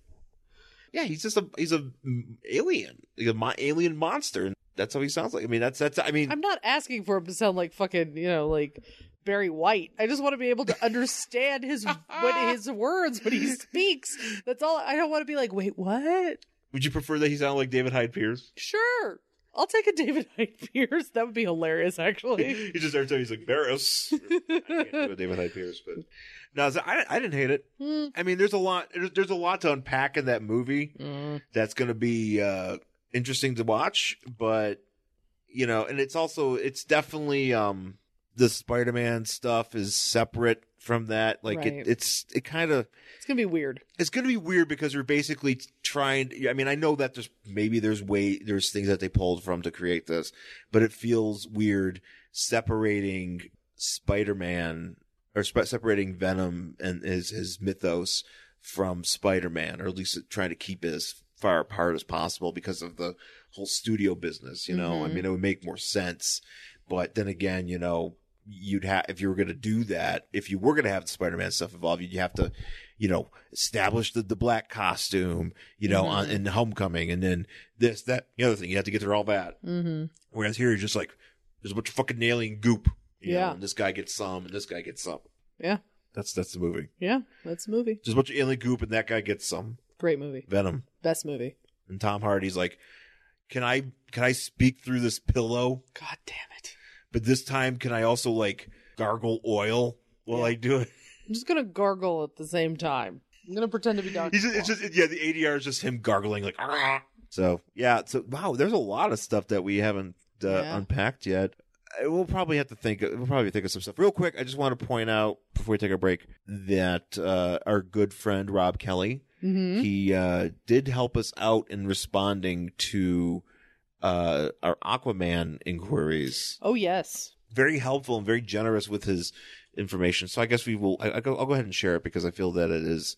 Speaker 2: Yeah, he's just a he's a mm, alien, he's a mo- alien monster. And that's how he sounds like. I mean, that's that's. I mean,
Speaker 1: I'm not asking for him to sound like fucking, you know, like Barry White. I just want to be able to understand his what his words when he speaks. That's all. I don't want to be like, wait, what?
Speaker 2: would you prefer that he sounded like David Hyde Pierce?
Speaker 1: Sure, I'll take a David Hyde Pierce. That would be hilarious, actually.
Speaker 2: he just every time he's like Barris. I can't do a David Hyde Pierce, but no, so I I didn't hate it.
Speaker 1: Hmm.
Speaker 2: I mean, there's a lot there's, there's a lot to unpack in that movie.
Speaker 1: Hmm.
Speaker 2: that's going to be uh interesting to watch but you know and it's also it's definitely um the spider-man stuff is separate from that like
Speaker 1: Right.
Speaker 2: it, it's it kind of
Speaker 1: It's gonna be weird.
Speaker 2: it's going to be weird because you're basically trying i mean i know that there's maybe there's way there's things that they pulled from to create this but it feels weird separating spider-man or sp- separating venom and his his mythos from spider-man or at least trying to keep it as far apart as possible because of the whole studio business you know i
Speaker 1: Mhm.
Speaker 2: mean it would make more sense but then again you know you'd have if you were going to do that if you were going to have the spider-man stuff involved you'd have to you know establish the, the black costume you know on,
Speaker 1: Mhm.
Speaker 2: in homecoming and then this that the other thing you have to get through all that
Speaker 1: Mm-hmm.
Speaker 2: whereas here you're just like there's a bunch of fucking nailing goop you
Speaker 1: Yeah.
Speaker 2: know, and this guy gets some and this guy gets some
Speaker 1: Yeah.
Speaker 2: that's that's the movie
Speaker 1: Yeah, that's a movie.
Speaker 2: just a bunch of alien goop and that guy gets some
Speaker 1: Great movie.
Speaker 2: venom
Speaker 1: Best movie.
Speaker 2: and tom hardy's like can i can i speak through this pillow
Speaker 1: God damn it.
Speaker 2: but this time can i also like gargle oil while
Speaker 1: Yeah.
Speaker 2: i do it
Speaker 1: I'm just gonna gargle at the same time. I'm gonna pretend to be Doctor.
Speaker 2: He's just, it's just yeah, the ADR is just him gargling like "Ah." so yeah. So wow, there's a lot of stuff that we haven't uh,
Speaker 1: Yeah.
Speaker 2: unpacked yet. Uh, We'll probably have to think. We'll probably think of some stuff real quick. I just want to point out before we take a break that uh, our good friend Rob Kelly
Speaker 1: hmm
Speaker 2: he uh, did help us out in responding to uh, our Aquaman inquiries.
Speaker 1: Oh yes.
Speaker 2: Very helpful and very generous with his information. So I guess we will. I, I go, I'll go ahead and share it because I feel that it is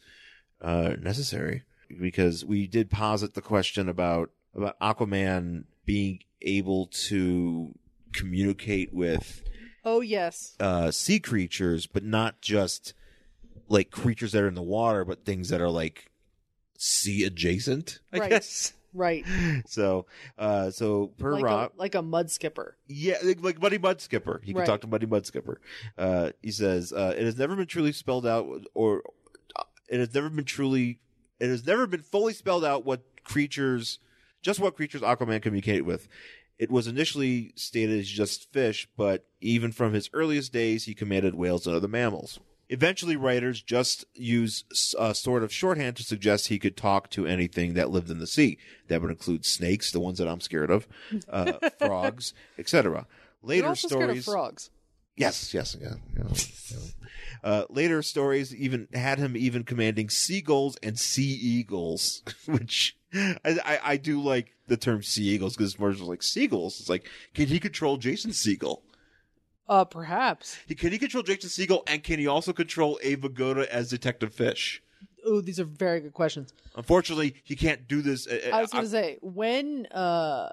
Speaker 2: uh, necessary because we did posit the question about about Aquaman being able to communicate with
Speaker 1: Oh yes.
Speaker 2: uh, sea creatures, but not just like creatures that are in the water, but things that are like sea adjacent. I
Speaker 1: Right.
Speaker 2: guess.
Speaker 1: Right.
Speaker 2: So, uh, so per
Speaker 1: Like
Speaker 2: Rob,
Speaker 1: a, like a mud skipper.
Speaker 2: yeah, like, like Muddy Mudskipper. You can
Speaker 1: Right.
Speaker 2: talk to Muddy Mudskipper. Uh, he says uh, it has never been truly spelled out, or uh, it has never been truly, it has never been fully spelled out what creatures, just what creatures Aquaman communicate with. It was initially stated as just fish, but even from his earliest days, he commanded whales and other mammals. Eventually, writers just use a sort of shorthand to suggest he could talk to anything that lived in the sea. That would include snakes, the ones that I'm scared of, uh, frogs, etc.
Speaker 1: You're
Speaker 2: Later
Speaker 1: also scared of
Speaker 2: stories,
Speaker 1: frogs.
Speaker 2: yes, yes, yeah, yeah, yeah. Uh, later stories even had him even commanding seagulls and sea eagles, which I, I, I do like the term sea eagles because Marge was like seagulls. It's like can he control Jason Seagull?
Speaker 1: Uh, perhaps.
Speaker 2: He- Can he control Jason Siegel and can he also control Ava Goda as Detective Fish?
Speaker 1: Oh, these are very good questions.
Speaker 2: Unfortunately, he can't do this. uh, uh,
Speaker 1: I was gonna say when uh,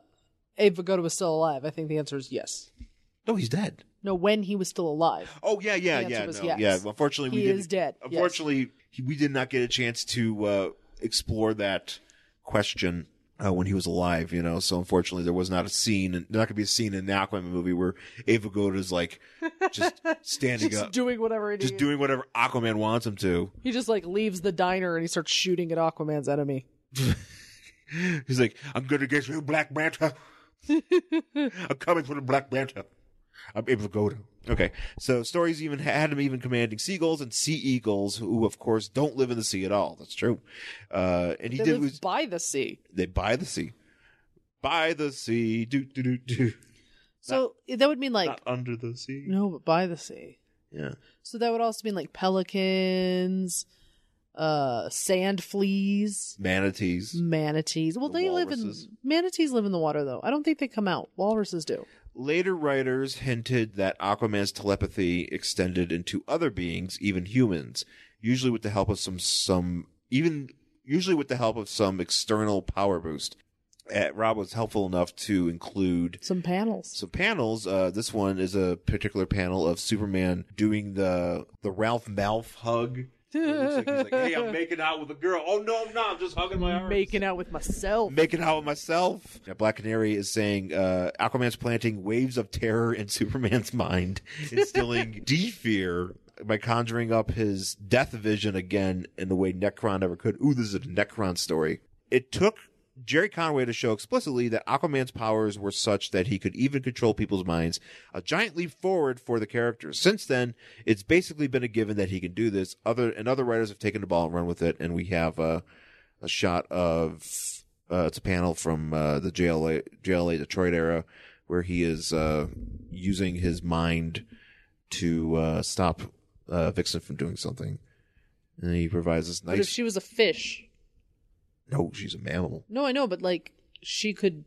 Speaker 1: Abe Vigoda was still alive. I think the answer is yes.
Speaker 2: uh, no, he's dead.
Speaker 1: No, when he was still alive.
Speaker 2: Oh yeah, yeah,
Speaker 1: The answer
Speaker 2: yeah,
Speaker 1: was
Speaker 2: no,
Speaker 1: yes.
Speaker 2: yeah. Unfortunately, we
Speaker 1: He
Speaker 2: didn't-
Speaker 1: is dead. Yes.
Speaker 2: Unfortunately, he- we did not get a chance to uh, explore that question uh, when he was alive. You know, so unfortunately, there was not a scene, and not going to be a scene in the Aquaman movie where Ava Goda is like just standing
Speaker 1: just
Speaker 2: up,
Speaker 1: doing whatever it is.
Speaker 2: just doing whatever Aquaman wants him to.
Speaker 1: He just like leaves the diner and he starts shooting at Aquaman's enemy.
Speaker 2: He's like, I'm gonna get you, Black Manta. I'm coming for the Black Manta. I'm able to go to. Okay, so stories even had him even commanding seagulls and sea eagles, who of course don't live in the sea at all. That's true. Uh, and he
Speaker 1: They
Speaker 2: did.
Speaker 1: live
Speaker 2: Was,
Speaker 1: by the sea.
Speaker 2: they buy the sea, by the sea, do do do do,
Speaker 1: So that would mean like
Speaker 2: not under the sea.
Speaker 1: no, but by the sea.
Speaker 2: Yeah,
Speaker 1: So that would also mean like pelicans, uh, sand fleas,
Speaker 2: Manatees.
Speaker 1: manatees. Well,
Speaker 2: The
Speaker 1: they
Speaker 2: walruses.
Speaker 1: live in manatees live in the water though. I don't think they come out. Walruses do.
Speaker 2: Later writers hinted that Aquaman's telepathy extended into other beings, even humans, usually with the help of some some even usually with the help of some external power boost. Uh, Rob was helpful enough to include
Speaker 1: Some panels.
Speaker 2: some panels. Uh, this one is a particular panel of Superman doing the the Ralph Malf hug. It looks like he's like, "Hey, I'm making out with a girl. Oh no, I'm not. I'm just hugging my arms."
Speaker 1: Making out with myself.
Speaker 2: making out with myself. Now, Black Canary is saying uh, Aquaman's planting waves of terror in Superman's mind, instilling de-fear by conjuring up his death vision again in the way Necron never could. Ooh, this is a Necron story. It took Jerry Conway to show explicitly that Aquaman's powers were such that he could even control people's minds, a giant leap forward for the character. Since then, it's basically been a given that he can do this. Other and other writers have taken the ball and run with it, and we have uh, a shot of uh, it's a panel from uh, the JLA JLA Detroit era where he is uh, using his mind to uh, stop uh, Vixen from doing something, and he provides this
Speaker 1: But if
Speaker 2: nice.
Speaker 1: she was a fish,
Speaker 2: no, she's a mammal.
Speaker 1: no, I know, but like she could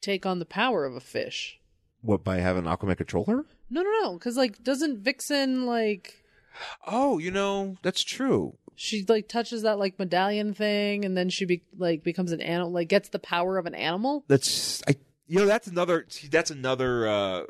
Speaker 1: take on the power of a fish.
Speaker 2: What by having Aquaman control her?
Speaker 1: No, no, no, because like doesn't Vixen like
Speaker 2: Oh, you know that's true.
Speaker 1: she like touches that like medallion thing and then she be like becomes an animal like gets the power of an animal
Speaker 2: That's I. You know that's another see, that's another uh,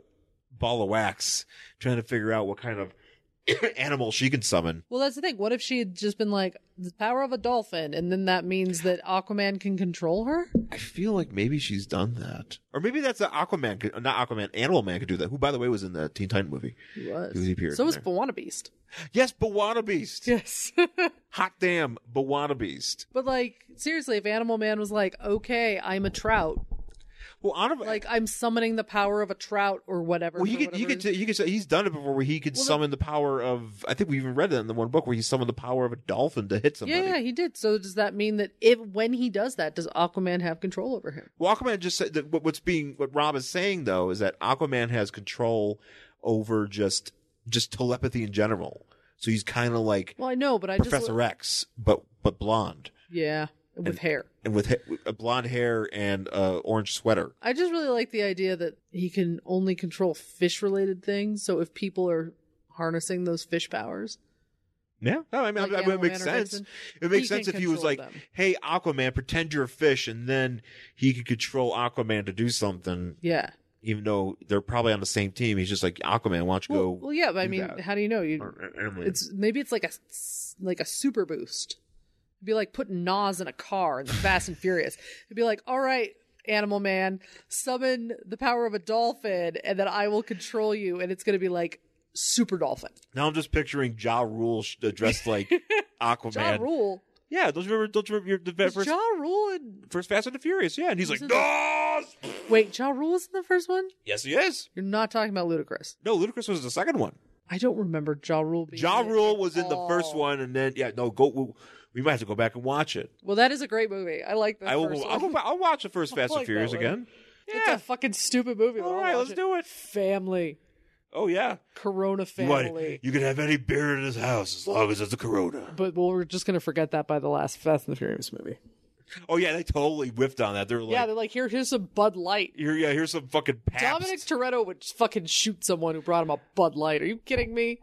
Speaker 2: ball of wax trying to figure out what kind of animal she can summon.
Speaker 1: well that's the thing what if she had just been like the power of a dolphin and then that means that aquaman can control her
Speaker 2: I feel like maybe she's done that, or maybe that's an Aquaman, could- not Aquaman, Animal Man could do that. Who, by the way, was in the Teen Titan movie.
Speaker 1: He was.
Speaker 2: He was- he appeared
Speaker 1: so
Speaker 2: in
Speaker 1: was
Speaker 2: there.
Speaker 1: Bawana Beast.
Speaker 2: Yes, Bawana Beast.
Speaker 1: Yes.
Speaker 2: Hot damn, Bawana Beast.
Speaker 1: but like seriously, if Animal Man was like, "Okay, I'm a trout.
Speaker 2: Well, on
Speaker 1: Like I'm summoning the power of a trout or whatever."
Speaker 2: well, you
Speaker 1: for
Speaker 2: could you
Speaker 1: whatever
Speaker 2: could
Speaker 1: it is.
Speaker 2: t- you could say he's done it before where he could
Speaker 1: Well, the-
Speaker 2: summon the power of. I think we even read that in the one book where he summoned the power of a dolphin to hit somebody.
Speaker 1: Yeah, he did. So does that mean that if when he does that, does Aquaman have control over him?
Speaker 2: Well, Aquaman just said that what- what's being what Rob is saying though is that Aquaman has control over just just telepathy in general. So he's kind of like
Speaker 1: Well, I know, but I
Speaker 2: Professor
Speaker 1: just
Speaker 2: X, but but blonde
Speaker 1: yeah, with hair.
Speaker 2: and with, ha- with blonde hair and uh, orange sweater.
Speaker 1: I just really like the idea that he can only control fish related things. So if people are harnessing those fish powers,
Speaker 2: Yeah, no, Oh, I
Speaker 1: Like
Speaker 2: mean, I mean, it
Speaker 1: Animal
Speaker 2: makes
Speaker 1: Man or
Speaker 2: sense.
Speaker 1: Vixen.
Speaker 2: It makes
Speaker 1: He
Speaker 2: sense
Speaker 1: can
Speaker 2: if he was
Speaker 1: control
Speaker 2: like,
Speaker 1: them.
Speaker 2: "Hey, Aquaman, pretend you're a fish," and then he could control Aquaman to do something.
Speaker 1: yeah.
Speaker 2: Even though they're probably on the same team, he's just like, "Aquaman, why don't you
Speaker 1: Well,
Speaker 2: go?"
Speaker 1: well, yeah, but I
Speaker 2: do
Speaker 1: mean,
Speaker 2: that.
Speaker 1: how do you know? You
Speaker 2: or uh, Animal Man.
Speaker 1: It's maybe it's like a s- like a super boost. It'd be like putting Nas in a car in the Fast and Furious. It'd be like, all right, Animal Man, summon the power of a dolphin, and then I will control you. And it's gonna be like Super Dolphin.
Speaker 2: Now I'm just picturing Ja Rule sh- uh, dressed like
Speaker 1: Ja
Speaker 2: Aquaman.
Speaker 1: Rule,
Speaker 2: Yeah, don't you remember? Don't you remember your, the
Speaker 1: Was
Speaker 2: first,
Speaker 1: Ja Rule. In...
Speaker 2: first Fast and the Furious? Yeah, and he's like,
Speaker 1: in
Speaker 2: "Nas!"
Speaker 1: Wait, Ja Rule was in the first one.
Speaker 2: Yes, he is.
Speaker 1: You're not talking about Ludacris.
Speaker 2: No, Ludacris was the second one.
Speaker 1: I don't remember Ja Rule. Being
Speaker 2: Ja
Speaker 1: in it
Speaker 2: Rule
Speaker 1: at
Speaker 2: was in the first
Speaker 1: all.
Speaker 2: one, and then yeah, no, go. We, we might have to go back and watch it.
Speaker 1: Well, that is a great movie. I like the
Speaker 2: I will.
Speaker 1: first
Speaker 2: I'll,
Speaker 1: one.
Speaker 2: go back, I'll watch the first Fast
Speaker 1: like
Speaker 2: and
Speaker 1: that
Speaker 2: Furious
Speaker 1: one.
Speaker 2: again.
Speaker 1: It's
Speaker 2: Yeah.
Speaker 1: a fucking stupid movie.
Speaker 2: All right, let's do it.
Speaker 1: Family,
Speaker 2: Oh yeah.
Speaker 1: Corona
Speaker 2: What?
Speaker 1: family.
Speaker 2: You can have any beer in this house as long as it's a Corona.
Speaker 1: But well, we're just gonna forget that by the last Fast and the Furious movie.
Speaker 2: Oh yeah, they totally whiffed on that. They're like,
Speaker 1: yeah, they're like, here, here's some Bud Light.
Speaker 2: here, yeah, here's some fucking Pabst.
Speaker 1: Dominic Toretto would fucking shoot someone who brought him a Bud Light. Are you kidding me?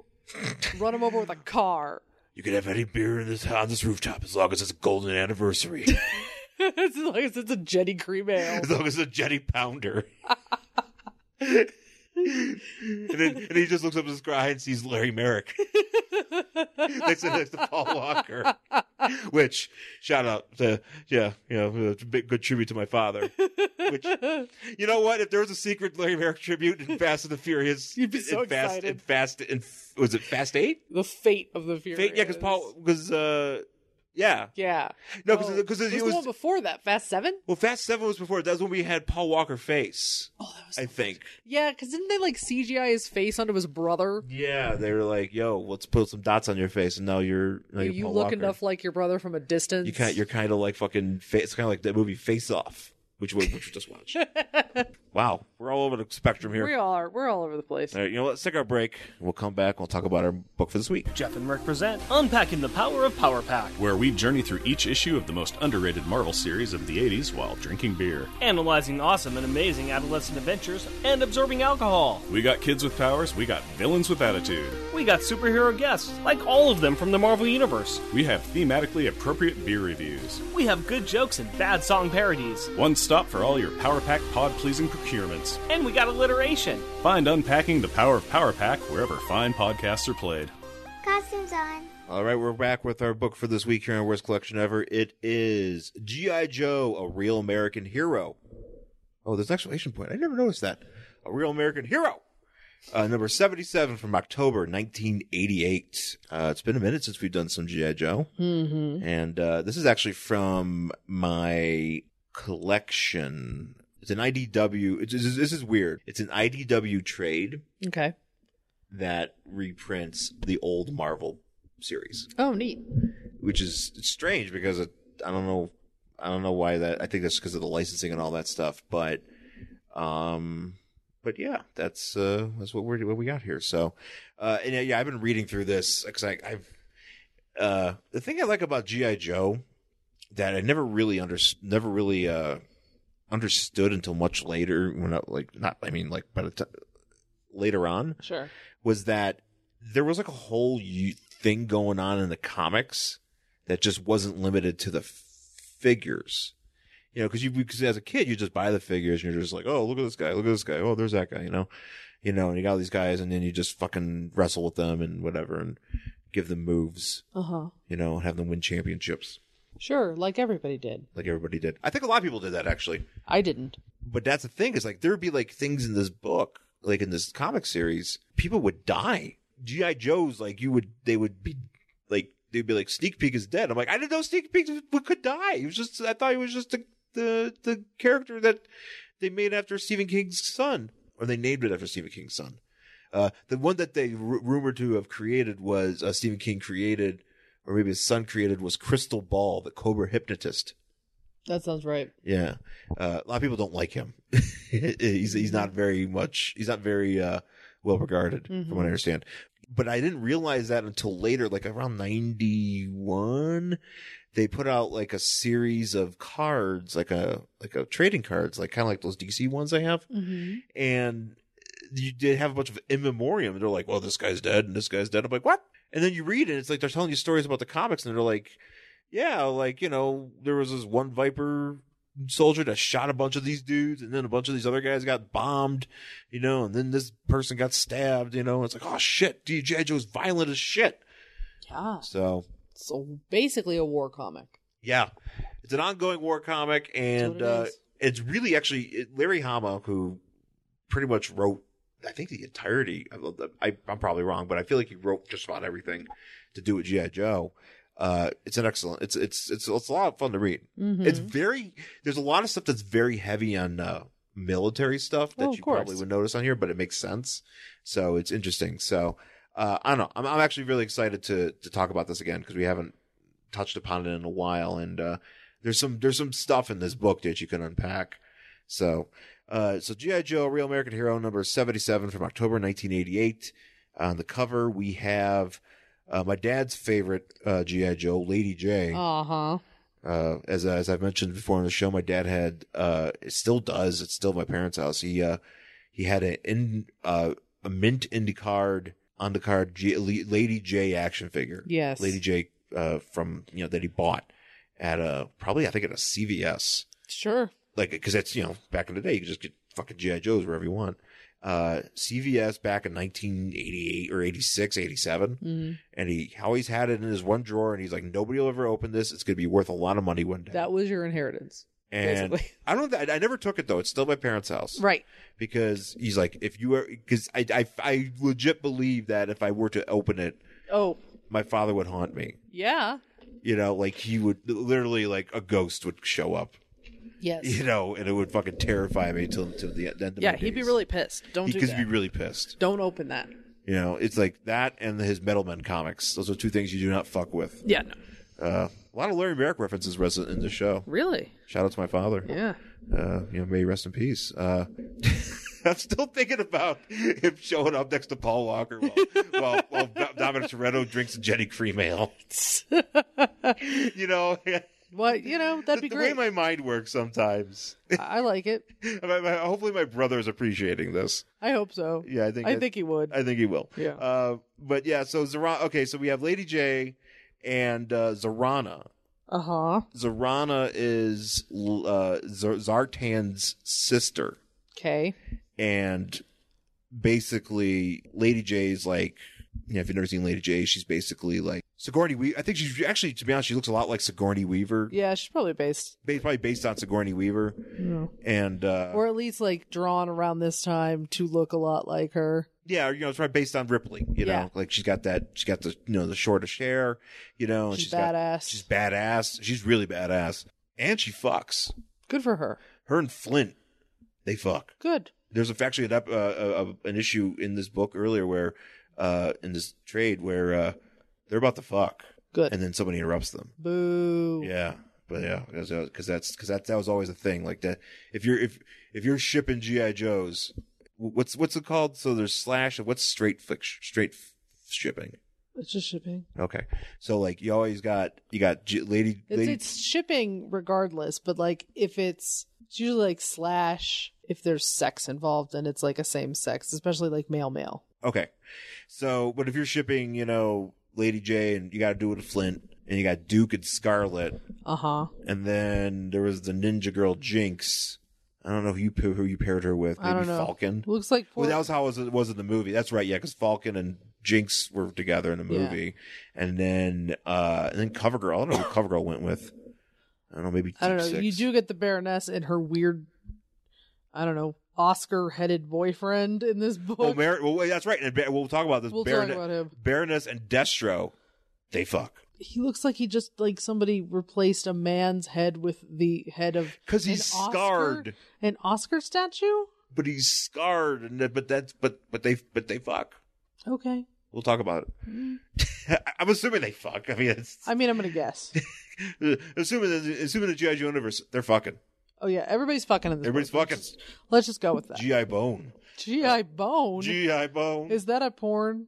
Speaker 1: Run him over with a car.
Speaker 2: You can have any beer in this on this rooftop as long as it's a golden anniversary,
Speaker 1: it's like it's a Jenny Cream ale.
Speaker 2: as long as it's a Jetty Pounder. and then and he just looks up at the sky and sees Larry Merrick next to, next to Paul Walker, which shout out to yeah, you know, it's a big good tribute to my father. Which you know what? If there was a secret Larry Merrick tribute in Fast and the Furious,
Speaker 1: You'd be
Speaker 2: in
Speaker 1: so
Speaker 2: Fast,
Speaker 1: excited.
Speaker 2: In Fast and was it Fast Eight?
Speaker 1: the fate of the Furious.
Speaker 2: Fate? Yeah, because Paul because uh, yeah,
Speaker 1: Yeah.
Speaker 2: no, because
Speaker 1: Oh,
Speaker 2: because
Speaker 1: was
Speaker 2: it
Speaker 1: the
Speaker 2: was
Speaker 1: one before that Fast Seven.
Speaker 2: Well, Fast Seven was before. That's when we had Paul Walker face.
Speaker 1: Oh, that was.
Speaker 2: I think.
Speaker 1: Yeah, because didn't they like CGI his face onto his brother?
Speaker 2: Yeah, they were like, "Yo, let's put some dots on your face," and now you're now you're
Speaker 1: you
Speaker 2: Paul
Speaker 1: look
Speaker 2: Walker.
Speaker 1: enough like your brother from a distance.
Speaker 2: You kind you're kind of like fucking. Fa- it's kind of like that movie Face Off, which we which we just watched. wow, We're all over the spectrum
Speaker 1: We
Speaker 2: here.
Speaker 1: all are. We're all over the place.
Speaker 2: All right, you know, let's take our break. We'll come back. We'll talk about our book for this week.
Speaker 3: Jeff and Rick present Unpacking the Power of Power Pack,
Speaker 4: where we journey through each issue of the most underrated Marvel series of the 80s while drinking beer.
Speaker 3: analyzing awesome and amazing adolescent adventures, and absorbing alcohol.
Speaker 4: We got kids with powers, we got villains with attitude.
Speaker 3: We got superhero guests, like all of them from the Marvel Universe.
Speaker 4: We have thematically appropriate beer reviews.
Speaker 3: We have good jokes and bad song parodies.
Speaker 4: One stop for all your Power Pack pod pleasing procurements.
Speaker 3: And we got alliteration.
Speaker 4: Find Unpacking the Power of Power Pack wherever fine podcasts are played.
Speaker 5: Costumes on.
Speaker 2: All right, we're back with our book for this week here on Worst Collection Ever. It is G.I. Joe, a real American hero. Oh, there's an exclamation point. I never noticed that. A real American hero. Uh, number 77 from October 1988. Uh, it's been a minute since we've done some G.I. Joe.
Speaker 1: Mm-hmm.
Speaker 2: And uh, this is actually from my collection. It's an IDW. It's, this, is, this is weird. It's an IDW trade
Speaker 1: Okay.
Speaker 2: that reprints the old Marvel series
Speaker 1: Oh, neat.
Speaker 2: which is it's strange because it, I don't know, I don't know why that. I think that's because of the licensing and all that stuff. But, um, but yeah, that's uh, that's what we're what we got here. So, uh, and uh, yeah, I've been reading through this because I, I've uh, the thing I like about GI Joe that I never really under never really uh understood until much later when I, like not I mean like by the time later on
Speaker 1: Sure.
Speaker 2: was that there was like a whole u- thing going on in the comics that just wasn't limited to the f- figures. You know, because you because as a kid you just buy the figures and you're just like, oh look at this guy, look at this guy, oh there's that guy, you know, you know, and you got all these guys and then you just fucking wrestle with them and whatever and give them moves,
Speaker 1: Uh huh.
Speaker 2: you know, and have them win championships
Speaker 1: Sure. Like everybody did.
Speaker 2: like everybody did. I think a lot of people did that actually
Speaker 1: I didn't.
Speaker 2: but that's the thing is like there'd be like things in this book like in this comic series people would die gi joes like you would they would be like they'd be like sneak peek is dead i'm like i didn't know sneak peek w- could die he was just i thought he was just the the, the character that they made after stephen king's son or they named it after stephen king's son uh, the one that they ru- rumored to have created was uh, Stephen King created, or maybe his son created, was Crystal Ball, the Cobra hypnotist.
Speaker 1: That sounds right.
Speaker 2: Yeah, uh, a lot of people don't like him. he's he's not very much. He's not very uh, well regarded,
Speaker 1: Mhm.
Speaker 2: from what I understand. But I didn't realize that until later, like around ninety one, they put out like a series of cards, like a like a trading cards, like kind of like those DC ones I have,
Speaker 1: Mm-hmm.
Speaker 2: and you did have a bunch of in memoriam. They're like, well, this guy's dead and this guy's dead. I'm like, what? And then you read it, it's like they're telling you stories about the comics, and they're like, yeah, like, you know, there was this one Viper soldier that shot a bunch of these dudes, and then a bunch of these other guys got bombed, you know, and then this person got stabbed, you know. It's like, oh shit, DJ Joe's violent as shit.
Speaker 1: Yeah.
Speaker 2: So,
Speaker 1: So basically a war comic.
Speaker 2: yeah, it's an ongoing war comic,
Speaker 1: That's
Speaker 2: and
Speaker 1: what it
Speaker 2: uh,
Speaker 1: is.
Speaker 2: it's really actually it, Larry Hama who pretty much wrote I think the entirety of the, I, I'm probably wrong, but I feel like he wrote just about everything to do with GI Joe. Uh, it's an excellent. It's it's it's it's a lot of fun to read.
Speaker 1: Mhm.
Speaker 2: It's very there's a lot of stuff that's very heavy on uh, military stuff that
Speaker 1: Oh, of
Speaker 2: you
Speaker 1: course.
Speaker 2: probably would notice on here, but it makes sense. So it's interesting. So uh, I don't know. I'm, I'm actually really excited to to talk about this again because we haven't touched upon it in a while, and uh, there's some there's some stuff in this book that you can unpack. So uh, so GI Joe, Real American Hero, number seventy seven from October 1988. On the cover, we have uh, my dad's favorite uh, GI Joe, Lady J
Speaker 1: Uh huh.
Speaker 2: uh, as as I've mentioned before on the show, my dad had uh, it still does. It's still at my parents' house. He uh, he had a in uh, a mint IndyCard on the card G- Le- Lady J action figure.
Speaker 1: Yes.
Speaker 2: Lady J uh, from you know that he bought at a probably I think at a CVS
Speaker 1: Sure.
Speaker 2: like because that's you know back in the day you could just get fucking GI Joes wherever you want. Uh, CVS back in 1988 or 86, 87
Speaker 1: Mhm.
Speaker 2: and he always had it in his one drawer and he's like nobody will ever open this it's going to be worth a lot of money one day
Speaker 1: That was your inheritance,
Speaker 2: and
Speaker 1: basically.
Speaker 2: i don't I, I never took it though it's still at my parents house
Speaker 1: Right.
Speaker 2: because he's like if you were because I, I i legit believe that if i were to open it
Speaker 1: Oh,
Speaker 2: my father would haunt me
Speaker 1: yeah.
Speaker 2: you know like he would literally like a ghost would show up
Speaker 1: Yes.
Speaker 2: you know and it would fucking terrify me till, till the end of
Speaker 1: Yeah,
Speaker 2: my
Speaker 1: he'd be
Speaker 2: days.
Speaker 1: really pissed. Don't
Speaker 2: he
Speaker 1: do
Speaker 2: could
Speaker 1: that.
Speaker 2: be really pissed
Speaker 1: Don't open that.
Speaker 2: you know it's like that and his metalman comics those are two things you do not fuck with
Speaker 1: Yeah, no.
Speaker 2: uh, a lot of larry merrick references resident in the show
Speaker 1: Really?
Speaker 2: Shout out to my father.
Speaker 1: Yeah.
Speaker 2: Uh, you know, may he rest in peace. Uh, I'm still thinking about him showing up next to Paul Walker while, while, while Do- Dominic Toretto drinks Jenny Cream Ale. You know,
Speaker 1: What you know? That'd be
Speaker 2: the way
Speaker 1: great.
Speaker 2: my mind works sometimes.
Speaker 1: I I like it.
Speaker 2: My- my- Hopefully, my brother is appreciating this.
Speaker 1: I hope so.
Speaker 2: Yeah, I think
Speaker 1: I
Speaker 2: that-
Speaker 1: think he would.
Speaker 2: I think he will.
Speaker 1: Yeah.
Speaker 2: Uh, but yeah, so Zorana. Okay, so we have Lady J and uh, Zorana.
Speaker 1: Uh huh.
Speaker 2: Zorana is uh, Z- Zartan's sister,
Speaker 1: Okay.
Speaker 2: and basically Lady J is like. You know, if you've never seen Lady J, she's basically like Sigourney Weaver. I think she's actually, to be honest, she looks a lot like Sigourney Weaver.
Speaker 1: Yeah, she's probably based,
Speaker 2: Ba- Probably based on Sigourney Weaver, and uh,
Speaker 1: or at least like drawn around this time to look a lot like her.
Speaker 2: yeah, or, you know, it's right based on Ripley. You know,
Speaker 1: Yeah.
Speaker 2: like she's got that, she's got the you know the shortest hair. You know, and
Speaker 1: She's
Speaker 2: Oh, she's got-
Speaker 1: badass.
Speaker 2: she's badass. She's really badass, and she fucks.
Speaker 1: Good for her.
Speaker 2: Her and Flint, they fuck.
Speaker 1: Good.
Speaker 2: There's a- actually an, ep- uh, uh, uh, an issue in this book earlier where, uh, in this trade where uh, they're about to fuck,
Speaker 1: Good.
Speaker 2: and then somebody interrupts them.
Speaker 1: Boo.
Speaker 2: Yeah, but yeah, because that's because that that was always a thing. Like that, if you're if if you're shipping GI Joes, wh- what's what's it called? So there's slash. What's straight flick straight f- shipping?
Speaker 1: It's just shipping.
Speaker 2: Okay, so like you always got you got G- lady
Speaker 1: It's,
Speaker 2: lady
Speaker 1: it's shipping regardless, but like if it's it's usually like slash if there's sex involved and it's like a same sex, especially like male male.
Speaker 2: Okay. So, but if you're shipping, you know, Lady J and you got to do it with Flint and you got Duke and Scarlet
Speaker 1: Uh huh.
Speaker 2: and then there was the ninja girl Jinx. I don't know who you pa- who you paired her with. Maybe
Speaker 1: I don't know.
Speaker 2: Falcon.
Speaker 1: Looks like poor.
Speaker 2: Well, that was how it was, it was in the movie. That's right. Yeah, cuz Falcon and Jinx were together in the
Speaker 1: Yeah.
Speaker 2: movie. And then uh and then Covergirl. I don't know who Covergirl went with. I don't know, maybe
Speaker 1: I don't know.
Speaker 2: Deep
Speaker 1: You
Speaker 2: Six.
Speaker 1: do get the Baroness and her weird, I don't know, Oscar headed boyfriend in this book.
Speaker 2: Oh, Mar- well, wait, that's right. And Ba- we'll talk about this
Speaker 1: we'll
Speaker 2: Baron-
Speaker 1: talk about him.
Speaker 2: Baroness and Destro. They fuck.
Speaker 1: He looks like he just like somebody replaced a man's head with the head of
Speaker 2: Because
Speaker 1: an
Speaker 2: he's
Speaker 1: Oscar-
Speaker 2: scarred.
Speaker 1: an Oscar statue.
Speaker 2: but he's scarred and that, but that's but but they but they fuck
Speaker 1: Okay.
Speaker 2: we'll talk about it I- i'm assuming they fuck i mean it's,
Speaker 1: Mm-hmm. I mean, I'm gonna guess.
Speaker 2: assuming that- assuming the gi Joe universe they're fucking
Speaker 1: Oh yeah, everybody's fucking in this.
Speaker 2: everybody's
Speaker 1: book.
Speaker 2: fucking
Speaker 1: Let's just go with that.
Speaker 2: gi bone
Speaker 1: GI Bone.
Speaker 2: gi bone
Speaker 1: Is that a porn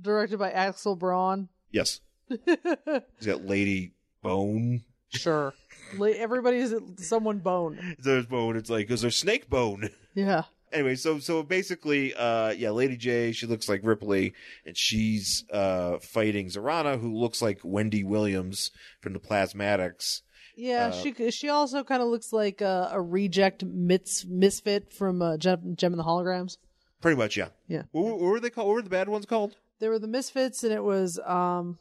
Speaker 1: directed by Axel Braun?
Speaker 2: yes he's got lady bone
Speaker 1: Sure. La- Everybody is someone bone.
Speaker 2: there's bone it's like is there snake bone
Speaker 1: Yeah.
Speaker 2: anyway so so basically uh yeah lady j she looks like ripley and she's uh fighting zorana who looks like wendy williams from the plasmatics
Speaker 1: Yeah,
Speaker 2: Uh,
Speaker 1: she she also kind of looks like a, a reject mits, misfit from uh, Gem, Gem and the Holograms.
Speaker 2: Pretty much, yeah.
Speaker 1: Yeah.
Speaker 2: What, what were they called? What were the bad ones called?
Speaker 1: There were the Misfits, and it was um,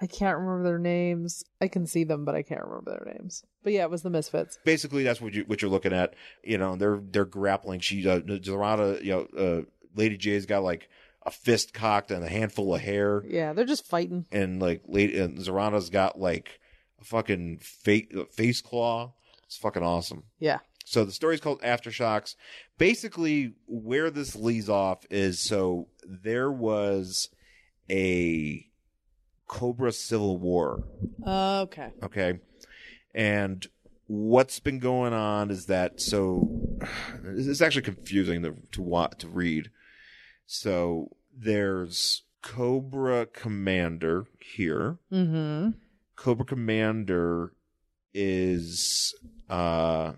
Speaker 1: I can't remember their names. I can see them, but I can't remember their names. But yeah, it was the Misfits.
Speaker 2: Basically, that's what you what you're looking at. You know, they're they're grappling. She, uh, Dorada, you know, uh, Lady J's got like a fist cocked and a handful of hair,
Speaker 1: Yeah, they're just fighting.
Speaker 2: and like Lady and Zorana's got like a fucking fa- uh, face claw. It's fucking awesome.
Speaker 1: Yeah.
Speaker 2: So the story's called Aftershocks. Basically, where this leads off is so there was a Cobra Civil War
Speaker 1: Uh, okay.
Speaker 2: Okay. And what's been going on is that so it's actually confusing to to watch, to read. So there's Cobra Commander here.
Speaker 1: Mm-hmm.
Speaker 2: Cobra Commander is uh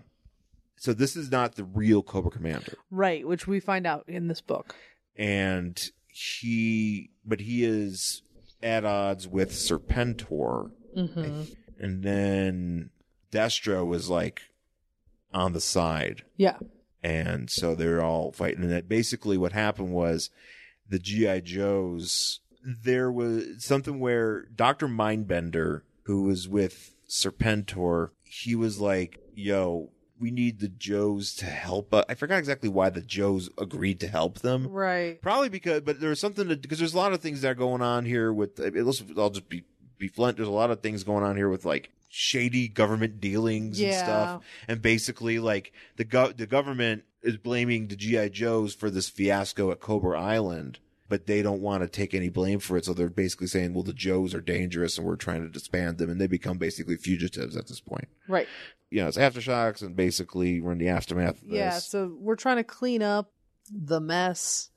Speaker 2: so this is not the real Cobra Commander.
Speaker 1: Right, which we find out in this book.
Speaker 2: And he but he is at odds with Serpentor.
Speaker 1: Mm-hmm.
Speaker 2: and then Destro was like on the side,
Speaker 1: Yeah.
Speaker 2: and so they're all fighting. And that basically what happened was the GI Joes. There was something where Doctor Mindbender, who was with Serpentor, he was like, "Yo, we need the Joes to help." Us. I forgot exactly why the Joes agreed to help them.
Speaker 1: Right.
Speaker 2: Probably because, but there's something that because there's a lot of things that are going on here with. I'll just- I'll just be be blunt. There's a lot of things going on here with like shady government dealings and
Speaker 1: Yeah.
Speaker 2: stuff, and basically like the go- the government is blaming the GI Joes for this fiasco at Cobra Island, but they don't want to take any blame for it. So they're basically saying, well, the Joes are dangerous, and we're trying to disband them, and they become basically fugitives at this point.
Speaker 1: Right.
Speaker 2: You know, it's aftershocks, and basically we're in the aftermath. Of this.
Speaker 1: Yeah, so we're trying to clean up the mess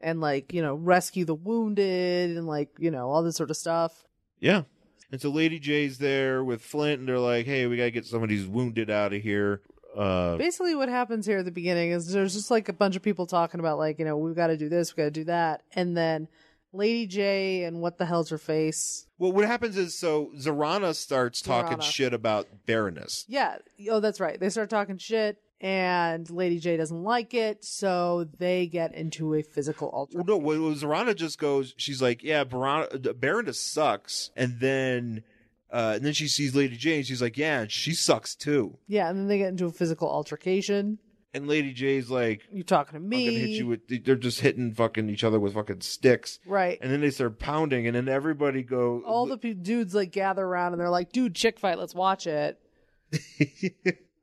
Speaker 1: and like, you know, rescue the wounded and like, you know, all this sort of stuff.
Speaker 2: Yeah. And so Lady J's there with Flint, and they're like, "Hey, we gotta get somebody who's wounded out of here." Uh,
Speaker 1: Basically, what happens here at the beginning is there's just like a bunch of people talking about, like, you know, we've got to do this, we've got to do that. And then Lady J and what the hell's her face?
Speaker 2: well, what happens is so Zarana starts talking
Speaker 1: Zarana.
Speaker 2: shit about Baroness.
Speaker 1: Yeah. Oh, that's right. They start talking shit, and Lady J doesn't like it, so they get into a physical alter.
Speaker 2: Well, no, well, Zarana just goes. She's like, "Yeah, Baron- Baroness sucks," and then, uh, and then she sees Lady J, and she's like, "Yeah, and she sucks too."
Speaker 1: Yeah, and then they get into a physical altercation.
Speaker 2: And Lady J's like,
Speaker 1: You talking to
Speaker 2: "I'm
Speaker 1: me?
Speaker 2: gonna hit you with." They're just hitting fucking each other with fucking sticks,
Speaker 1: right.
Speaker 2: and then they start pounding, and then everybody go
Speaker 1: All the pe- dudes like gather around and they're like, "Dude, chick fight, let's watch it."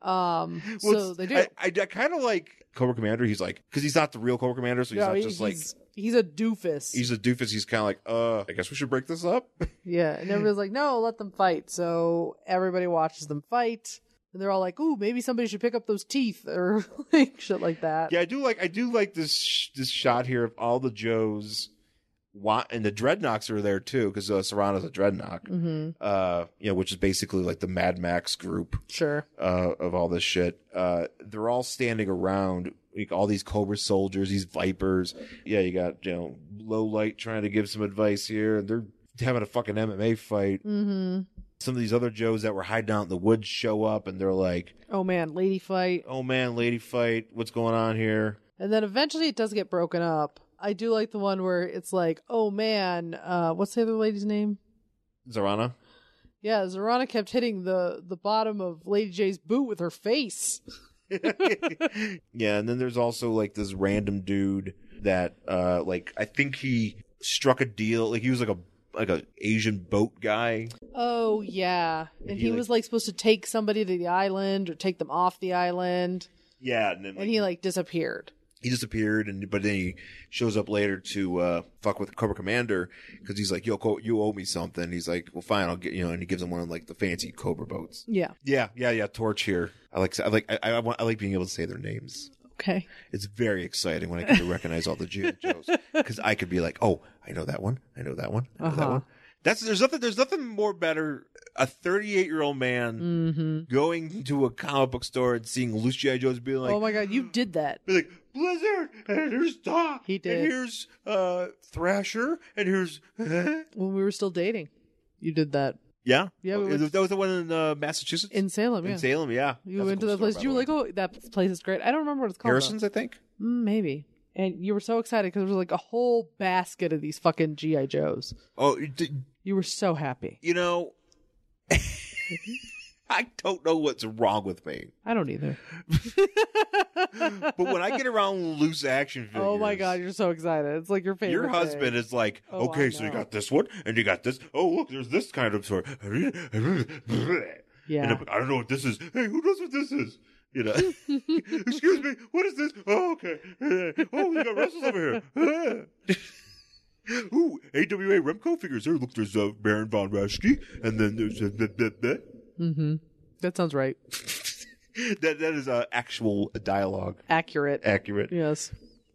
Speaker 1: um,
Speaker 2: Well,
Speaker 1: so
Speaker 2: it's-
Speaker 1: they do.
Speaker 2: I, kind of like Cobra Commander. He's like, because he's not the real Cobra Commander, so he's
Speaker 1: No,
Speaker 2: not
Speaker 1: he-
Speaker 2: just like
Speaker 1: he's, he's a doofus.
Speaker 2: he's a doofus. He's kind of like, uh, I guess we should break this up.
Speaker 1: Yeah, and everybody's like, "No, let them fight." So everybody watches them fight, and they're all like, "Ooh, maybe somebody should pick up those teeth or like shit like that."
Speaker 2: yeah, I do like I do like this sh- this shot here of all the Joes, wa- and the Dreadnoks are there too because uh, Serrano's a Dreadnought,
Speaker 1: Mm-hmm.
Speaker 2: uh, you know, which is basically like the Mad Max group
Speaker 1: Sure.
Speaker 2: uh, of all this shit. Uh, they're all standing around. Like all these Cobra soldiers, these Vipers. Yeah, you got you know low light trying to give some advice here, and they're having a fucking MMA fight.
Speaker 1: Mm-hmm.
Speaker 2: some of these other Joes that were hiding out in the woods show up and they're like,
Speaker 1: Oh man, lady fight,
Speaker 2: oh man, lady fight, what's going on here?
Speaker 1: and then eventually it does get broken up. I do like the one where it's like, "Oh man, uh, what's the other lady's name?"
Speaker 2: Zarana?
Speaker 1: Yeah, Zorana kept hitting the the bottom of Lady J's boot with her face.
Speaker 2: yeah, and then there's also like this random dude that uh like I think he struck a deal, like he was like a like a Asian boat guy.
Speaker 1: Oh yeah, and
Speaker 2: He,
Speaker 1: he
Speaker 2: like-
Speaker 1: was like supposed to take somebody to the island or take them off the island,
Speaker 2: Yeah, and then like,
Speaker 1: and he like disappeared.
Speaker 2: he disappeared and but then he shows up later to uh fuck with Cobra Commander because he's like, Yo, Co- you owe me something. He's like, Well fine, I'll get you know, and he gives him one of like the fancy Cobra boats.
Speaker 1: Yeah.
Speaker 2: Yeah, yeah, yeah. Torch here. I like, I like, I, I, want- I like being able to say their names.
Speaker 1: Okay.
Speaker 2: It's very exciting when I get to recognize all the G.I. Joes because I could be like, oh, I know that one, I know that one, I know that
Speaker 1: Uh-huh.
Speaker 2: one. That's there's nothing there's nothing more better. A 38 year old man
Speaker 1: Mm-hmm.
Speaker 2: going to a comic book store and seeing loose G.I. Joes being like,
Speaker 1: oh my god, you did that.
Speaker 2: be like Blizzard and here's Doc,
Speaker 1: He did.
Speaker 2: and here's uh Thrasher, and here's
Speaker 1: When we were still dating. You did that.
Speaker 2: yeah,
Speaker 1: Yeah, we
Speaker 2: Oh,
Speaker 1: went-
Speaker 2: that was the one in uh, Massachusetts
Speaker 1: In Salem, yeah.
Speaker 2: in Salem, yeah.
Speaker 1: You
Speaker 2: That's a
Speaker 1: went
Speaker 2: cool
Speaker 1: to that
Speaker 2: store,
Speaker 1: place.
Speaker 2: by
Speaker 1: You
Speaker 2: the
Speaker 1: were
Speaker 2: way.
Speaker 1: like, oh, that place is great. I don't remember what it's called. uh, though.
Speaker 2: Harrison's, I think.
Speaker 1: Mm, maybe. And you were so excited because there was like a whole basket of these fucking G.I. Joes.
Speaker 2: Oh, d-
Speaker 1: You were so happy.
Speaker 2: you know, I don't know what's wrong with me,
Speaker 1: I don't either.
Speaker 2: but when I get around loose action figures,
Speaker 1: Oh my god, you're so excited. It's like your favorite.
Speaker 2: your husband
Speaker 1: thing.
Speaker 2: is like,
Speaker 1: Oh, I
Speaker 2: okay, so you
Speaker 1: know.
Speaker 2: got this one, and you got this. Oh, look, there's this kind of sort. And
Speaker 1: Yeah.
Speaker 2: I'm like, I don't know what this is. Hey, who knows what this is? You know, excuse me, what is this? Oh, okay. Oh, we got wrestlers over here. Ooh, AWA Remco figures. There, look, there's uh, Baron von Raschke, and then there's uh, blah, blah, blah.
Speaker 1: Mm-hmm. That sounds right.
Speaker 2: that that is uh, actual dialogue
Speaker 1: Accurate.
Speaker 2: accurate
Speaker 1: Yes.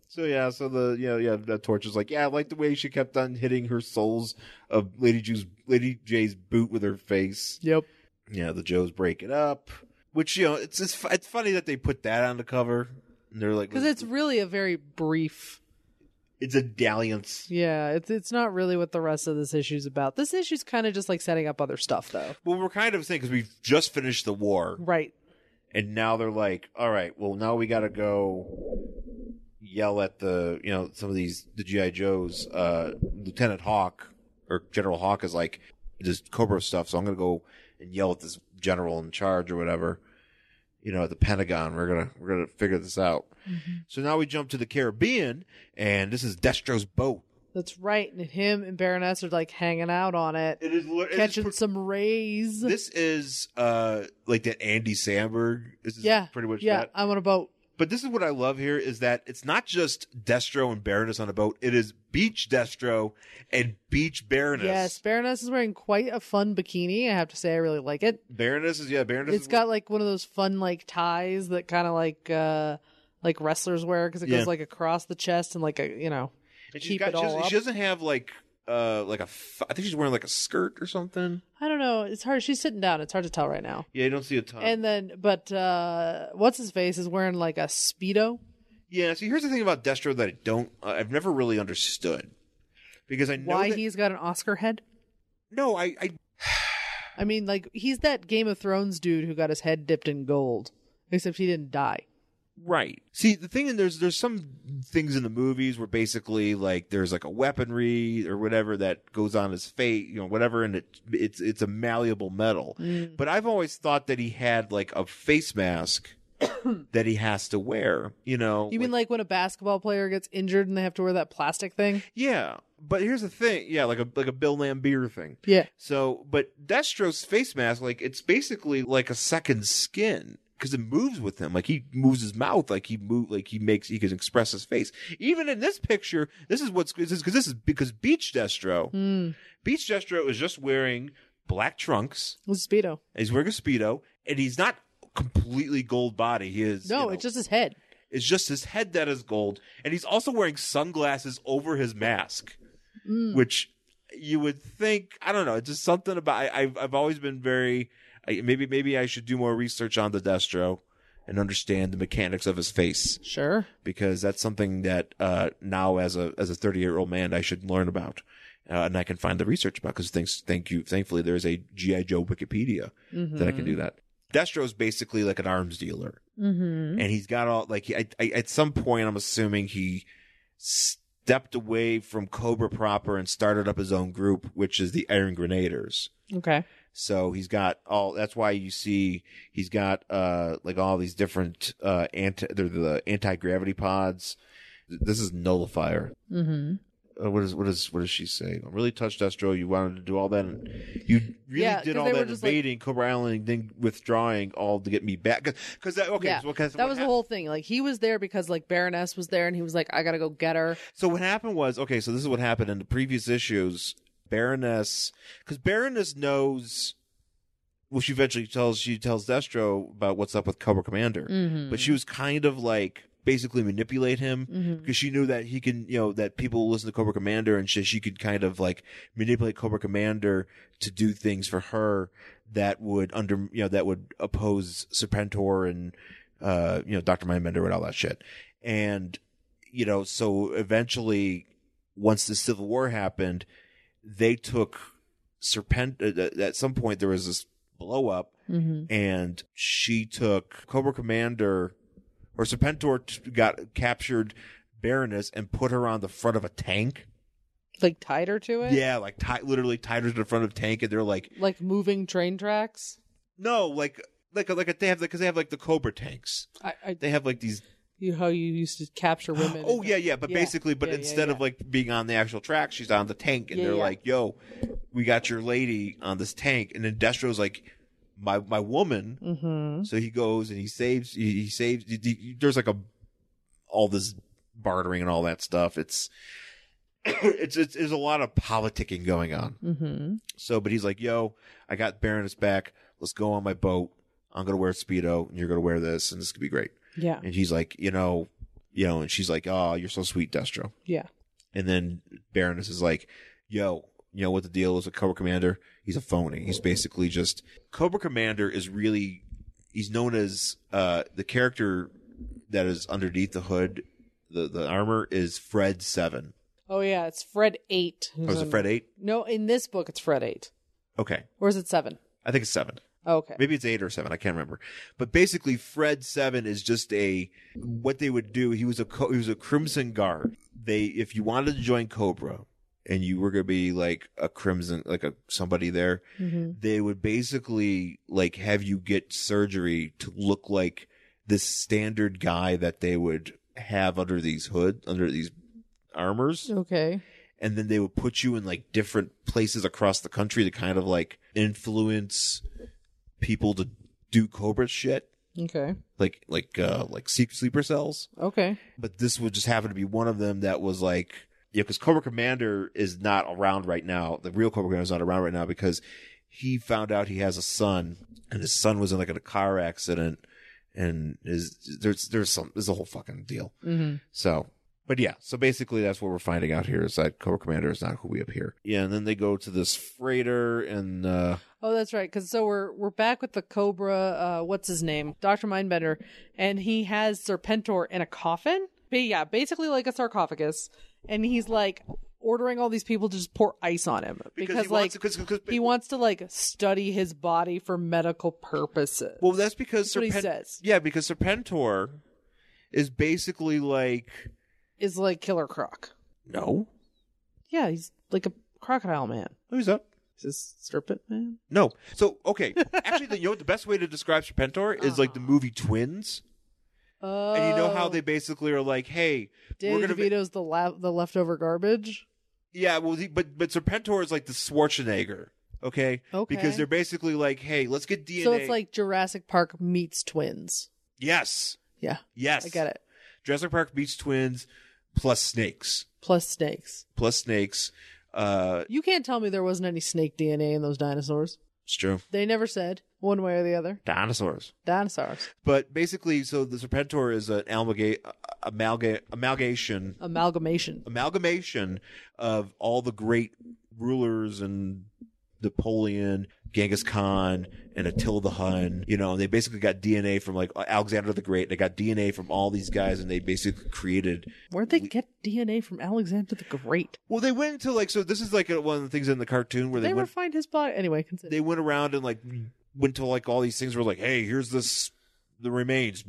Speaker 2: so yeah so the you know yeah the torch is like yeah i like the way she kept on hitting her soles of lady j's lady j's boot with her face
Speaker 1: Yep.
Speaker 2: yeah the joes break it up which you know it's it's, fu- it's funny that they put that on the cover and they're like
Speaker 1: Because it's really a very brief.
Speaker 2: it's a dalliance
Speaker 1: Yeah, it's it's not really what the rest of this issue's about. This issue's kind of just like setting up other stuff, though.
Speaker 2: well we're kind of saying because we've just finished the war
Speaker 1: Right.
Speaker 2: and now they're like all right well now we gotta go yell at the you know some of these the gi joes uh lieutenant hawk or general hawk is like this cobra stuff so i'm gonna go and yell at this general in charge or whatever you know at the pentagon we're gonna we're gonna figure this out
Speaker 1: Mm-hmm.
Speaker 2: so now we jump to the caribbean and this is destro's boat
Speaker 1: That's right. And him and Baroness are like hanging out on it,
Speaker 2: it is
Speaker 1: catching some rays.
Speaker 2: this is uh like that andy samberg this is
Speaker 1: yeah.
Speaker 2: pretty much
Speaker 1: Yeah.
Speaker 2: that
Speaker 1: I'm on a boat.
Speaker 2: But this is what I love here is that it's not just Destro and Baroness on a boat. It is Beach Destro and Beach Baroness.
Speaker 1: Yes. Baroness is wearing quite a fun bikini. I have to say, I really like it.
Speaker 2: Baroness is yeah, Baroness
Speaker 1: It's
Speaker 2: is
Speaker 1: got like one of those fun like ties that kind of like uh like wrestlers wear because it
Speaker 2: Yeah.
Speaker 1: goes like across the chest and like a you know
Speaker 2: And
Speaker 1: keep it
Speaker 2: she,
Speaker 1: all
Speaker 2: doesn't-
Speaker 1: up.
Speaker 2: she doesn't have like uh like a f- I think she's wearing like a skirt or something.
Speaker 1: I don't know. It's hard. She's sitting down. It's hard to tell right now.
Speaker 2: Yeah, you don't see a ton.
Speaker 1: And then, but uh what's his face is wearing like a speedo.
Speaker 2: yeah, see, here's the thing about Destro that I don't uh, I've never really understood because I know
Speaker 1: Why
Speaker 2: that-
Speaker 1: he's got an Oscar head?
Speaker 2: no I I
Speaker 1: I mean, like he's that Game of Thrones dude who got his head dipped in gold, except he didn't die.
Speaker 2: Right. See, the thing is, there's there's some things in the movies where basically like there's like a weaponry or whatever that goes on his fate, you know, whatever, and it it's it's a malleable metal. But I've always thought that he had like a face mask that he has to wear. You know,
Speaker 1: You mean like when a basketball player gets injured and they have to wear that plastic thing?
Speaker 2: yeah. But here's the thing, yeah, like a like a Bill Lambier thing.
Speaker 1: Yeah.
Speaker 2: So, but Destro's face mask, like it's basically like a second skin because it moves with him. Like he moves his mouth, like he move, like he makes, he can express his face. Even in this picture, this is what's this is because this is because Beach Destro,
Speaker 1: Hmm.
Speaker 2: Beach Destro is just wearing black trunks.
Speaker 1: It was speedo.
Speaker 2: and He's wearing a speedo, and he's not completely gold body. He is
Speaker 1: No,
Speaker 2: you know,
Speaker 1: it's just his head.
Speaker 2: it's just his head that is gold, and he's also wearing sunglasses over his mask, which you would think I don't know. It's just something about I, I've I've always been very I, maybe maybe I should do more research on the Destro and understand the mechanics of his face
Speaker 1: Sure.
Speaker 2: because that's something that uh, now as a as a thirty year old man I should learn about. Uh, and I can find the research about because thanks, thank you. Thankfully, there is a GI Joe Wikipedia that I can do that. Destro's basically like an arms dealer,
Speaker 1: Mm-hmm.
Speaker 2: and he's got all like he- I, I, at some point i'm assuming he stepped away from cobra proper and started up his own group which is the iron grenaders
Speaker 1: Okay.
Speaker 2: so he's got all that's why you see he's got uh like all these different uh anti they're the anti-gravity pods this is nullifier
Speaker 1: Mm-hmm.
Speaker 2: uh, what is what is what does she say? I'm really touched, Destro. You wanted to do all that, and you really
Speaker 1: Yeah,
Speaker 2: did
Speaker 1: 'cause
Speaker 2: all
Speaker 1: they were
Speaker 2: that
Speaker 1: just like-
Speaker 2: invading Cobra Island, and then withdrawing all to get me back. Because that okay,
Speaker 1: yeah.
Speaker 2: so what- 'cause
Speaker 1: that
Speaker 2: what
Speaker 1: was
Speaker 2: hap-
Speaker 1: the whole thing. Like he was there because like Baroness was there and he was like, I gotta go get her.
Speaker 2: So what happened was okay. So this is what happened in the previous issues. Baroness, because Baroness knows. Well, she eventually tells she tells Destro about what's up with Cobra Commander, but she was kind of like basically manipulate him because she knew that he can, you know, that people will listen to Cobra Commander, and she she could kind of like manipulate Cobra Commander to do things for her that would under you know that would oppose Serpentor and uh you know Doctor Mindbender and all that shit, and you know, so eventually, once the Civil War happened, they took Serpent. Uh, at some point, there was this blow up, and she took Cobra Commander or Serpentor t- got captured Baroness and put her on the front of a tank.
Speaker 1: Like tied her to it?
Speaker 2: Yeah, like ti- literally tied her to the front of a tank, and they're like,
Speaker 1: Like moving train tracks.
Speaker 2: no, like. Like, like they have because they have like the Cobra tanks.
Speaker 1: I, I
Speaker 2: They have like these
Speaker 1: you how you used to capture women.
Speaker 2: Oh yeah, yeah. But
Speaker 1: Yeah.
Speaker 2: basically, but
Speaker 1: Yeah, yeah,
Speaker 2: instead of
Speaker 1: yeah.
Speaker 2: like being on the actual track, she's on the tank, and
Speaker 1: Yeah,
Speaker 2: they're
Speaker 1: yeah.
Speaker 2: like, "Yo, we got your lady on this tank," and then Destro's like, "My my woman."
Speaker 1: Mm-hmm.
Speaker 2: So he goes and he saves. He, he saves. he- he- there's like a all this bartering and all that stuff. It's it's, it's there's a lot of politicking going on.
Speaker 1: Mm-hmm.
Speaker 2: So, but he's like, yo, I got Baroness back. Let's go on my boat. I'm going to wear a Speedo and you're going to wear this and this could be great.
Speaker 1: Yeah.
Speaker 2: And he's like, you know, you know, and she's like, oh, you're so sweet, Destro.
Speaker 1: Yeah.
Speaker 2: And then Baroness is like, yo, you know what the deal is with Cobra Commander? He's a phony. He's basically just Cobra Commander is really he's known as uh the character that is underneath the hood, the the armor is Fred Seven.
Speaker 1: Oh yeah, it's Fred eight.
Speaker 2: Or Oh, is it Fred Eight?
Speaker 1: No, in this book it's Fred eight.
Speaker 2: Okay.
Speaker 1: Or is it seven?
Speaker 2: I think it's seven.
Speaker 1: Okay.
Speaker 2: Maybe it's eight or seven. I can't remember. But basically, Fred Seven is just a what they would do. He was a co- he was a Crimson Guard. They if you wanted to join Cobra and you were gonna be like a Crimson like a somebody there, they would basically like have you get surgery to look like this standard guy that they would have under these hood under these armors
Speaker 1: Okay.
Speaker 2: and then they would put you in like different places across the country to kind of like influence people to do cobra shit
Speaker 1: Okay.
Speaker 2: like like uh like sleep- sleeper cells
Speaker 1: Okay.
Speaker 2: but this would just happen to be one of them that was like yeah because cobra commander is not around right now the real cobra commander is not around right now because he found out he has a son and his son was in like a car accident and is there's there's some there's a whole fucking deal.
Speaker 1: Mm-hmm.
Speaker 2: So, but yeah, so basically that's what we're finding out here is that Cobra Commander is not who we appear. Yeah, and then they go to this freighter and uh
Speaker 1: Oh, that's right. Because so we're we're back with the Cobra. Uh, what's his name? Doctor Mindbender, and he has Serpentor in a coffin. But yeah, basically like a sarcophagus, and he's like ordering all these people to just pour ice on him because,
Speaker 2: he
Speaker 1: like
Speaker 2: wants- 'cause- 'cause-
Speaker 1: he wants to like study his body for medical purposes.
Speaker 2: well, that's because
Speaker 1: That's what he
Speaker 2: Serpen-
Speaker 1: says.
Speaker 2: Yeah, because Serpentor is basically like
Speaker 1: is like Killer Croc.
Speaker 2: no,
Speaker 1: Yeah, he's like a crocodile man.
Speaker 2: who's up?
Speaker 1: Is this serpent man?
Speaker 2: No. So okay, actually, the, you know what the best way to describe Serpentor is like the movie Twins.
Speaker 1: Uh-huh. Oh,
Speaker 2: And you know how they basically are like, hey,
Speaker 1: Danny
Speaker 2: we're gonna be-
Speaker 1: DeVito's the la- the leftover garbage.
Speaker 2: Yeah, well, he, but but Serpentor is like the Schwarzenegger, okay?
Speaker 1: Okay.
Speaker 2: Because they're basically like, hey, let's get DNA.
Speaker 1: So it's like Jurassic Park meets twins.
Speaker 2: yes,
Speaker 1: Yeah,
Speaker 2: yes,
Speaker 1: I get it.
Speaker 2: Jurassic Park beats twins, plus snakes,
Speaker 1: Plus snakes.
Speaker 2: plus snakes. Uh,
Speaker 1: You can't tell me there wasn't any snake DNA in those dinosaurs.
Speaker 2: it's true.
Speaker 1: They never said one way or the other.
Speaker 2: Dinosaurs.
Speaker 1: Dinosaurs.
Speaker 2: But basically, so the Serpentor is an amalga- amalga- amalgamation
Speaker 1: Amalgamation.
Speaker 2: amalgamation of all the great rulers and Napoleon, Genghis Khan, and Attila the Hun. You know, they basically got DNA from like Alexander the Great. They got DNA from all these guys, and they basically created.
Speaker 1: Where'd they get DNA from Alexander the Great?
Speaker 2: Well, they went into like so. This is like one of the things in the cartoon where
Speaker 1: Did they ever
Speaker 2: they went.
Speaker 1: find his body? Anyway, consider.
Speaker 2: They went around and like went to like all these things. Where like, hey, here's this the remains,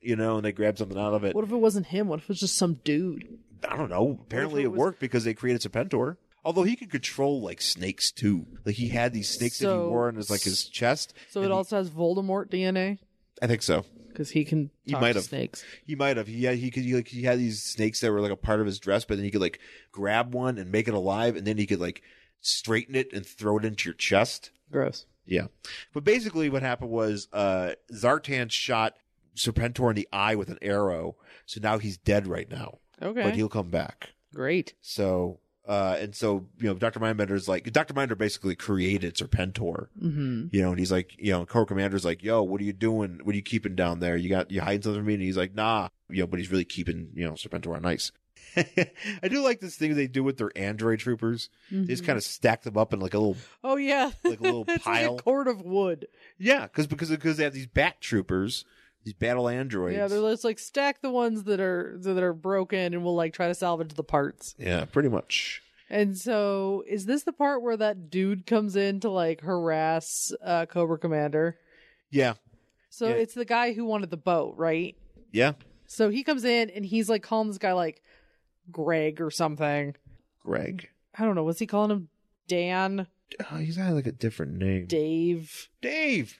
Speaker 2: you know, and they grabbed something out of it.
Speaker 1: what if it wasn't him? What if it was just some dude?
Speaker 2: I don't know. Apparently,
Speaker 1: it
Speaker 2: it,
Speaker 1: was-
Speaker 2: worked because they created Serpentor. Although he could control like snakes too. Like he had these snakes that
Speaker 1: So-
Speaker 2: he wore on his like his chest.
Speaker 1: So it also has Voldemort DNA
Speaker 2: I think so.
Speaker 1: because he can
Speaker 2: He
Speaker 1: talk
Speaker 2: might
Speaker 1: to
Speaker 2: have.
Speaker 1: snakes.
Speaker 2: He might have. He had he could he, like he had these snakes that were like a part of his dress, but then he could like grab one and make it alive, and then he could like straighten it and throw it into your chest.
Speaker 1: Gross.
Speaker 2: Yeah. But basically what happened was uh Zartan shot Serpentor in the eye with an arrow, so now he's dead right now.
Speaker 1: Okay.
Speaker 2: But he'll come back.
Speaker 1: Great.
Speaker 2: So, uh, and so, you know, Dr. Mindbender's like, Dr. Minder basically created Serpentor,
Speaker 1: Mm-hmm.
Speaker 2: you know, and he's like, you know, Cobra Commander's like, yo, what are you doing? What are you keeping down there? You got, you hiding something from me? And he's like, nah, you know, but he's really keeping, you know, Serpentor on ice. I do like this thing they do with their android troopers. They
Speaker 1: Mm-hmm.
Speaker 2: just kind of stack them up in like a little,
Speaker 1: Oh yeah,
Speaker 2: Like a little
Speaker 1: It's
Speaker 2: pile.
Speaker 1: like a cord of wood.
Speaker 2: yeah, cause, because, because they have these bat troopers, these battle androids.
Speaker 1: Yeah, they're just like stack the ones that are that are broken, and we'll like try to salvage the parts.
Speaker 2: yeah, pretty much.
Speaker 1: And so, is this the part where that dude comes in to like harass uh, Cobra Commander?
Speaker 2: Yeah.
Speaker 1: So
Speaker 2: Yeah.
Speaker 1: it's the guy who wanted the boat, right?
Speaker 2: Yeah.
Speaker 1: So he comes in and he's like calling this guy like Greg or something.
Speaker 2: Greg.
Speaker 1: I don't know. What's he calling him? Dan,
Speaker 2: Oh, he's got like a different name.
Speaker 1: Dave.
Speaker 2: Dave.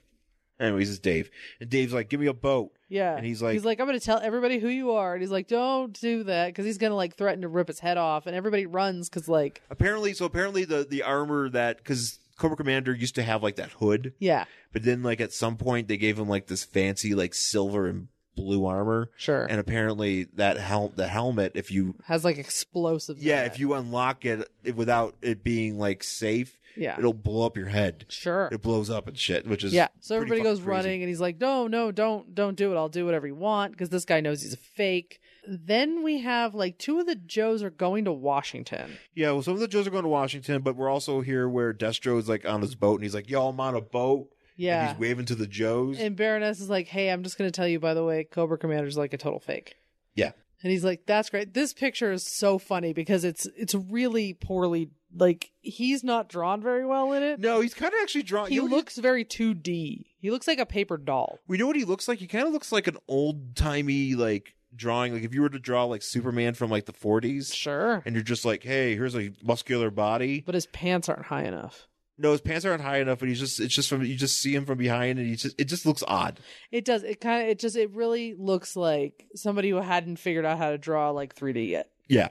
Speaker 2: Anyways, it's Dave. And Dave's like, give me a boat.
Speaker 1: Yeah.
Speaker 2: And he's like-
Speaker 1: he's like, I'm going to tell everybody who you are. And he's like, don't do that because he's going to like threaten to rip his head off. And everybody runs because, like,
Speaker 2: Apparently, so apparently the, the armor that, because Cobra Commander used to have like that hood,
Speaker 1: yeah,
Speaker 2: but then like at some point they gave him like this fancy like silver and blue armor.
Speaker 1: sure.
Speaker 2: And apparently that hel- the helmet, if you,
Speaker 1: Has like explosive.
Speaker 2: yeah, if you unlock it, it without it being like safe,
Speaker 1: Yeah.
Speaker 2: it'll blow up your head.
Speaker 1: Sure.
Speaker 2: It blows up and shit, which is
Speaker 1: Yeah. So
Speaker 2: pretty
Speaker 1: everybody goes
Speaker 2: fucking crazy.
Speaker 1: running and he's like, no, no, don't, don't do it. I'll do whatever you want because this guy knows he's a fake. Then we have like two of the Joes are going to Washington.
Speaker 2: Yeah, well, some of the Joes are going to Washington, but we're also here where Destro is like on his boat and he's like, "Yo, I'm on a boat."
Speaker 1: Yeah.
Speaker 2: And he's waving to the Joes.
Speaker 1: And Baroness is like, hey, I'm just going to tell you, by the way, Cobra Commander's like a total fake.
Speaker 2: Yeah.
Speaker 1: And he's like, that's great. This picture is so funny because it's it's really poorly like he's not drawn very well in it.
Speaker 2: no, he's kind of actually drawn.
Speaker 1: he
Speaker 2: you know what
Speaker 1: looks very 2D. He looks like a paper doll.
Speaker 2: we know what he looks like. He kind of looks like an old timey like drawing. Like if you were to draw like Superman from like the 40s,
Speaker 1: Sure.
Speaker 2: and you're just like, "Hey, here's a muscular body."
Speaker 1: But his pants aren't high enough.
Speaker 2: No, his pants aren't high enough, and he's just it's just from you just see him from behind, and he just it just looks odd.
Speaker 1: It does. It kind of it just it really looks like somebody who hadn't figured out how to draw like 3D yet.
Speaker 2: Yeah,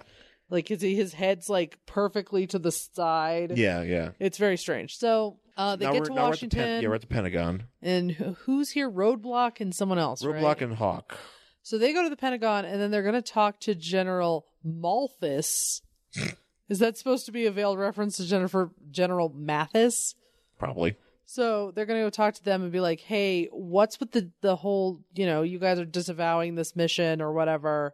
Speaker 1: Like his his head's like perfectly to the side.
Speaker 2: yeah, yeah.
Speaker 1: It's very strange. So uh, they
Speaker 2: now
Speaker 1: get
Speaker 2: we're,
Speaker 1: to
Speaker 2: now we're at the
Speaker 1: Washington.
Speaker 2: Pen- yeah, we're at the Pentagon.
Speaker 1: and who- who's here? Roadblock and someone else.
Speaker 2: Roadblock
Speaker 1: right?
Speaker 2: and Hawk.
Speaker 1: so they go to the Pentagon, and then they're going to talk to General Malthus. Is that supposed to be a veiled reference to Jennifer General Mathis?
Speaker 2: Probably.
Speaker 1: So they're gonna go talk to them and be like, "Hey, what's with the the whole? You know, you guys are disavowing this mission or whatever,"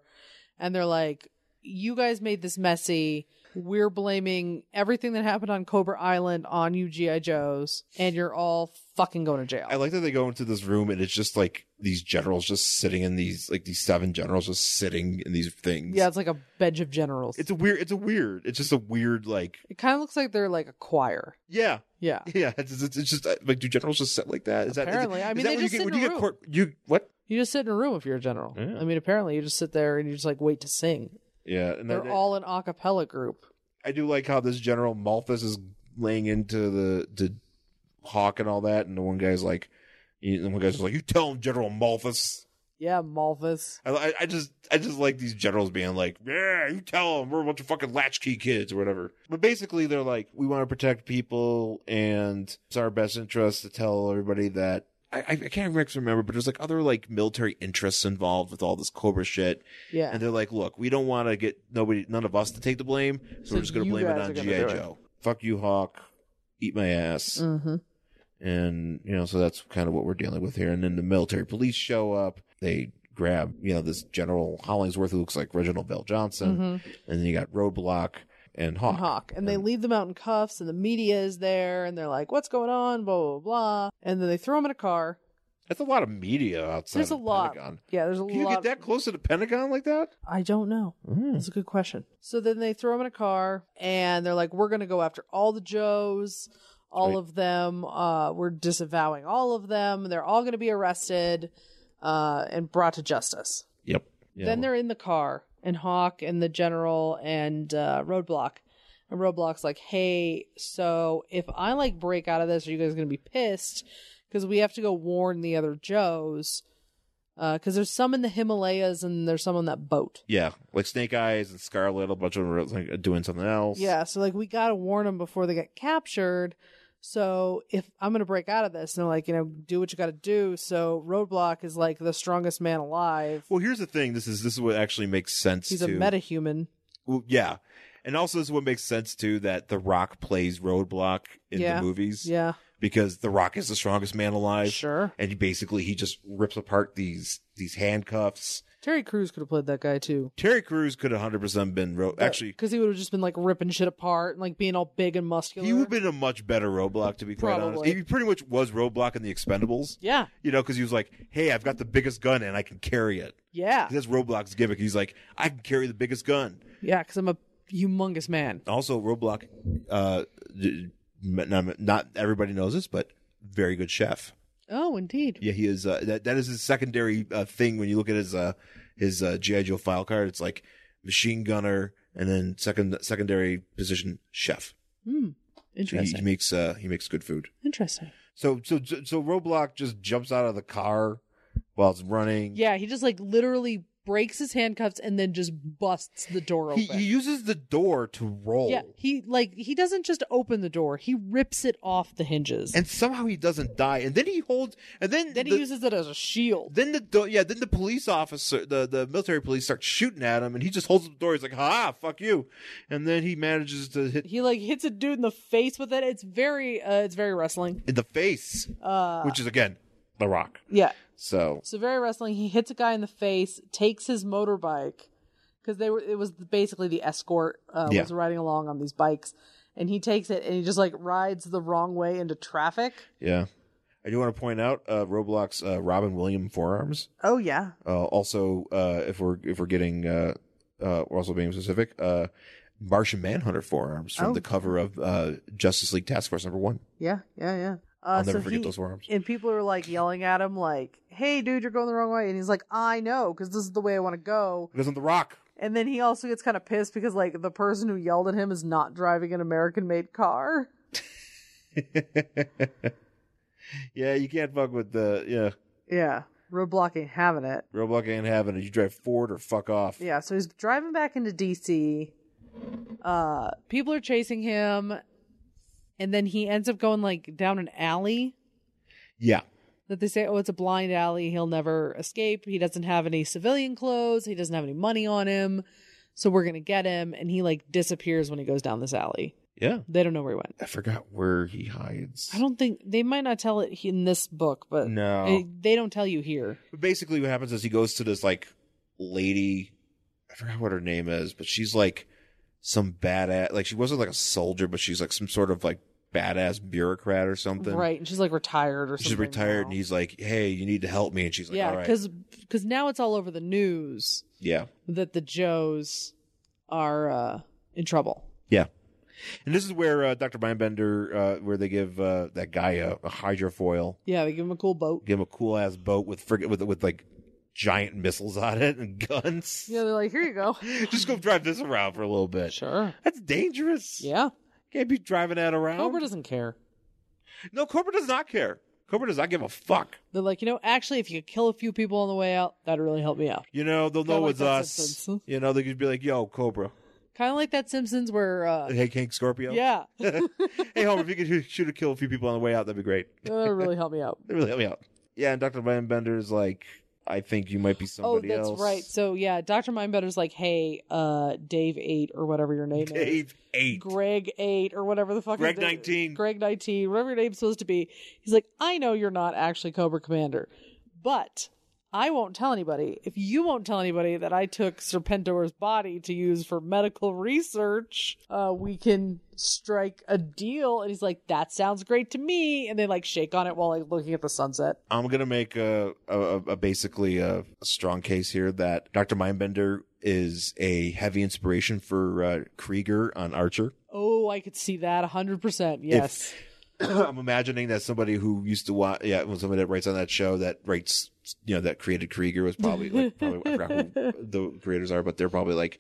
Speaker 1: and they're like, "You guys made this messy. We're blaming everything that happened on Cobra Island on you GI Joes, and you're all fucking going to jail."
Speaker 2: I like that they go into this room and it's just like these generals just sitting in these like these seven generals just sitting in these things.
Speaker 1: yeah, it's like a bench of generals.
Speaker 2: It's a weird it's a weird. It's just a weird like
Speaker 1: it kind of looks like they're like a choir.
Speaker 2: yeah.
Speaker 1: Yeah.
Speaker 2: Yeah, it's, it's, it's just uh, like do generals just sit like that? Is that is it-
Speaker 1: Apparently. I
Speaker 2: is
Speaker 1: mean,
Speaker 2: that
Speaker 1: they
Speaker 2: when
Speaker 1: just
Speaker 2: you
Speaker 1: sit
Speaker 2: get, when
Speaker 1: in a
Speaker 2: you get
Speaker 1: room.
Speaker 2: court you what?
Speaker 1: You just sit in a room if you're a general.
Speaker 2: Yeah.
Speaker 1: I mean, apparently you just sit there and you just like wait to sing.
Speaker 2: Yeah, and
Speaker 1: They're
Speaker 2: I,
Speaker 1: all an a cappella group.
Speaker 2: I do like how this general Malthus is laying into the to Hawk and all that, and the one guy's like, he, the one guy's just like, you tell him General Malthus.
Speaker 1: Yeah, Malthus.
Speaker 2: I, I, I just I just like these generals being like, yeah, you tell them we're a bunch of fucking latchkey kids or whatever. But basically, they're like, we want to protect people, and it's our best interest to tell everybody that. I, I can't remember, but there's like other like military interests involved with all this Cobra shit,
Speaker 1: Yeah.
Speaker 2: and they're like, look, we don't want to get nobody, none of us to take the blame, so,
Speaker 1: So
Speaker 2: we're just gonna
Speaker 1: you
Speaker 2: blame it
Speaker 1: guys
Speaker 2: on
Speaker 1: are gonna
Speaker 2: GI
Speaker 1: do it.
Speaker 2: Joe. Fuck you, Hawk. Eat my ass
Speaker 1: mm-hmm.
Speaker 2: and you know so that's kind of what we're dealing with here and then the military police show up they grab you know this general hollingsworth who looks like reginald bell johnson and then you got roadblock and hawk,
Speaker 1: Mm-hmm. and Hawk. And they leave them out in cuffs, and the media is there, and they're like, what's going on? Blah, blah, blah. And then they throw them in a car.
Speaker 2: that's a lot of media outside
Speaker 1: There's a
Speaker 2: of the
Speaker 1: lot.
Speaker 2: pentagon
Speaker 1: Yeah, there's a
Speaker 2: can you
Speaker 1: lot.
Speaker 2: get that Mm. close to the pentagon like that
Speaker 1: I don't know. That's a good question. So then they throw them in a car, and they're like, we're going to go after all the Joes. All
Speaker 2: Right.
Speaker 1: of them, uh, we're disavowing all of them. They're all going to be arrested uh, and brought to justice.
Speaker 2: yep yeah,
Speaker 1: then
Speaker 2: well,
Speaker 1: they're in the car, and Hawk and the general and uh, Roadblock. And Roadblock's like, hey, so if I like break out of this, are you guys going to be pissed? Because we have to go warn the other Joes. Because there's some in the Himalayas and there's some on that boat.
Speaker 2: yeah like snake eyes and scarlet a bunch of them are like doing something else
Speaker 1: Yeah, so like we got to warn them before they get captured. So if I'm going to break out of this, and they're like, you know, do what you got to do. So Roadblock is like the strongest man alive.
Speaker 2: well here's the thing this is this is what actually makes sense
Speaker 1: He's a
Speaker 2: to
Speaker 1: metahuman.
Speaker 2: Well, yeah and also this is what makes sense too that the rock plays roadblock in
Speaker 1: Yeah.
Speaker 2: the movies
Speaker 1: Yeah,
Speaker 2: because The Rock is the strongest man alive,
Speaker 1: sure.
Speaker 2: and he basically he just rips apart these these handcuffs.
Speaker 1: Terry Crews could have played that guy too.
Speaker 2: Terry Crews could have hundred percent been Ro- actually.
Speaker 1: because he would have just been like ripping shit apart and like being all big and muscular.
Speaker 2: He would have been a much better Roblox, to be quite honest.
Speaker 1: Probably.
Speaker 2: He pretty much was Roblox in the Expendables,
Speaker 1: yeah,
Speaker 2: you know, because he was like, "Hey, I've got the biggest gun and I can carry it."
Speaker 1: yeah,
Speaker 2: That's Roblox's gimmick. He's like, "I can carry the biggest gun."
Speaker 1: yeah. Because I'm a humongous man.
Speaker 2: Also, Roblox, uh, d- not, not everybody knows this, but very good chef.
Speaker 1: Oh, indeed.
Speaker 2: Yeah, he is. Uh, that that is his secondary uh, thing when you look at his uh, his uh, GI Joe file card. It's like machine gunner, and then second secondary position chef.
Speaker 1: Hmm.
Speaker 2: So he,
Speaker 1: Interesting.
Speaker 2: he makes uh, he makes good food.
Speaker 1: Interesting.
Speaker 2: So so so Roblox just jumps out of the car while it's running.
Speaker 1: Yeah, he just like literally breaks his handcuffs and then just busts the door open.
Speaker 2: he, he uses the door to roll.
Speaker 1: yeah, he like he doesn't just open the door; he rips it off the hinges.
Speaker 2: And somehow he doesn't die, and then he holds, and then
Speaker 1: then he
Speaker 2: the,
Speaker 1: uses it as a shield.
Speaker 2: then the door, yeah, then the police officer, the, the military police start shooting at him, and he just holds up the door. He's like, "Ha, fuck you!" And then he manages to hit
Speaker 1: He like hits a dude in the face with it. It's very, uh, it's very wrestling.
Speaker 2: in the face,
Speaker 1: Uh,
Speaker 2: which is again The Rock.
Speaker 1: yeah,
Speaker 2: So
Speaker 1: So very wrestling. He hits a guy in the face, takes his motorbike because they were. It was basically the escort uh,
Speaker 2: Yeah.
Speaker 1: was riding along on these bikes, and he takes it and he just like rides the wrong way into traffic.
Speaker 2: yeah, I do want to point out uh, Roblox uh, Robin William forearms.
Speaker 1: Oh yeah,
Speaker 2: Uh, also, uh, if we're if we're getting uh, uh, we're also being specific, uh, Martian Manhunter forearms from
Speaker 1: Oh.
Speaker 2: the cover of uh, Justice League Task Force Number One.
Speaker 1: yeah, yeah, yeah. Uh,
Speaker 2: I'll never
Speaker 1: so
Speaker 2: forget
Speaker 1: he-
Speaker 2: those forearms.
Speaker 1: And people are like yelling at him, like, "Hey, dude, you're going the wrong way!" And he's like, "I know, because this is the way I want to go."
Speaker 2: Because on The Rock,
Speaker 1: And then he also gets kind of pissed because like the person who yelled at him is not driving an American-made car.
Speaker 2: yeah, you can't fuck with the yeah.
Speaker 1: Yeah, roadblock ain't having it.
Speaker 2: Roblox ain't having it. You drive forward or fuck off.
Speaker 1: Yeah, so he's driving back into DC. Uh people are chasing him and then he ends up going like down an alley
Speaker 2: yeah.
Speaker 1: that they say oh it's a blind alley, he'll never escape. He doesn't have any civilian clothes, he doesn't have any money on him. So we're going to get him and he like disappears when he goes down this alley.
Speaker 2: Yeah.
Speaker 1: They don't know where he went.
Speaker 2: I forgot where he hides.
Speaker 1: I don't think they might not tell it in this book, but
Speaker 2: No.
Speaker 1: it- they don't tell you here.
Speaker 2: But basically, what happens is he goes to this like lady. I forgot what her name is, but she's like some badass. Like she wasn't like a soldier, but she's like some sort of like badass bureaucrat or something.
Speaker 1: right. And she's like retired or something.
Speaker 2: She's retired,
Speaker 1: now.
Speaker 2: and he's like, "Hey, you need to help me." And she's like,
Speaker 1: yeah,
Speaker 2: "All right,
Speaker 1: because now it's all over the news
Speaker 2: yeah,
Speaker 1: that the Joes are uh, in trouble.
Speaker 2: yeah." And this is where uh, Doctor Mindbender, uh, where they give uh, that guy a, a hydrofoil,
Speaker 1: Yeah, they give him a cool boat.
Speaker 2: give him a cool ass boat with frigate with with like giant missiles on it and guns.
Speaker 1: Yeah, they're like, here you go.
Speaker 2: Just go drive this around for a little bit.
Speaker 1: sure.
Speaker 2: That's dangerous.
Speaker 1: Yeah.
Speaker 2: Can't be driving that around.
Speaker 1: Cobra doesn't care.
Speaker 2: No, Cobra does not care. Cobra does not give a fuck.
Speaker 1: They're like, you know, actually, if you could kill a few people on the way out, that'd really help me out.
Speaker 2: You know, they'll know
Speaker 1: like
Speaker 2: it's
Speaker 1: that
Speaker 2: us.
Speaker 1: sentence.
Speaker 2: You know, they could be like, yo, Cobra.
Speaker 1: Kind of like that Simpsons where, uh,
Speaker 2: Hey, Hank Scorpio.
Speaker 1: yeah,
Speaker 2: hey, Homer, if you could shoot- shoot or kill a few people on the way out, that'd be great.
Speaker 1: that'd really help me out.
Speaker 2: They really help me out. Yeah, and Dr. Bender is like, I think you might be somebody
Speaker 1: oh, that's
Speaker 2: else.
Speaker 1: right. So yeah, Doctor Mindbetter's like, hey, uh, Dave Eight or whatever your name is.
Speaker 2: Dave 8.
Speaker 1: Greg eight or whatever the fuck. his
Speaker 2: Greg
Speaker 1: name-
Speaker 2: 19.
Speaker 1: Greg nineteen, whatever your name's supposed to be. He's like, I know you're not actually Cobra Commander, but I won't tell anybody if you won't tell anybody that I took Serpentor's body to use for medical research. Uh, we can strike a deal. And he's like, that sounds great to me. And they like shake on it while like looking at the sunset.
Speaker 2: I'm going to make a, a, a, a basically a, a strong case here that Dr. Mindbender is a heavy inspiration for uh, Krieger on Archer.
Speaker 1: Oh, I could see that hundred percent. Yes.
Speaker 2: I'm imagining that somebody who used to watch, yeah, when somebody that writes on that show that writes, you know, that created Krieger was probably like, probably I forgot who the creators are, but they're probably like,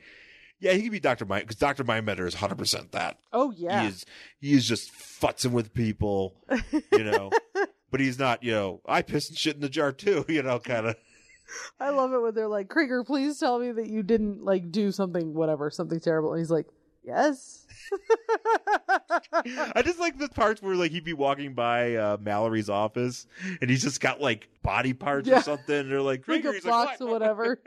Speaker 2: yeah, he could be Doctor Mind because Doctor Mindbender is 100 percent that.
Speaker 1: oh yeah.
Speaker 2: He is, he is just futzing with people, you know, but he's not, you know, I piss and shit in the jar too, you know, kind of.
Speaker 1: I love it when they're like, Krieger, please tell me that you didn't like do something, whatever, something terrible. And he's like, yes.
Speaker 2: I just like the parts where like he'd be walking by uh, Mallory's office and he's just got like body parts
Speaker 1: Yeah.
Speaker 2: or something. And they're like,
Speaker 1: Like
Speaker 2: Krieger,
Speaker 1: a
Speaker 2: he's
Speaker 1: box
Speaker 2: like,
Speaker 1: or
Speaker 2: "What?"
Speaker 1: whatever.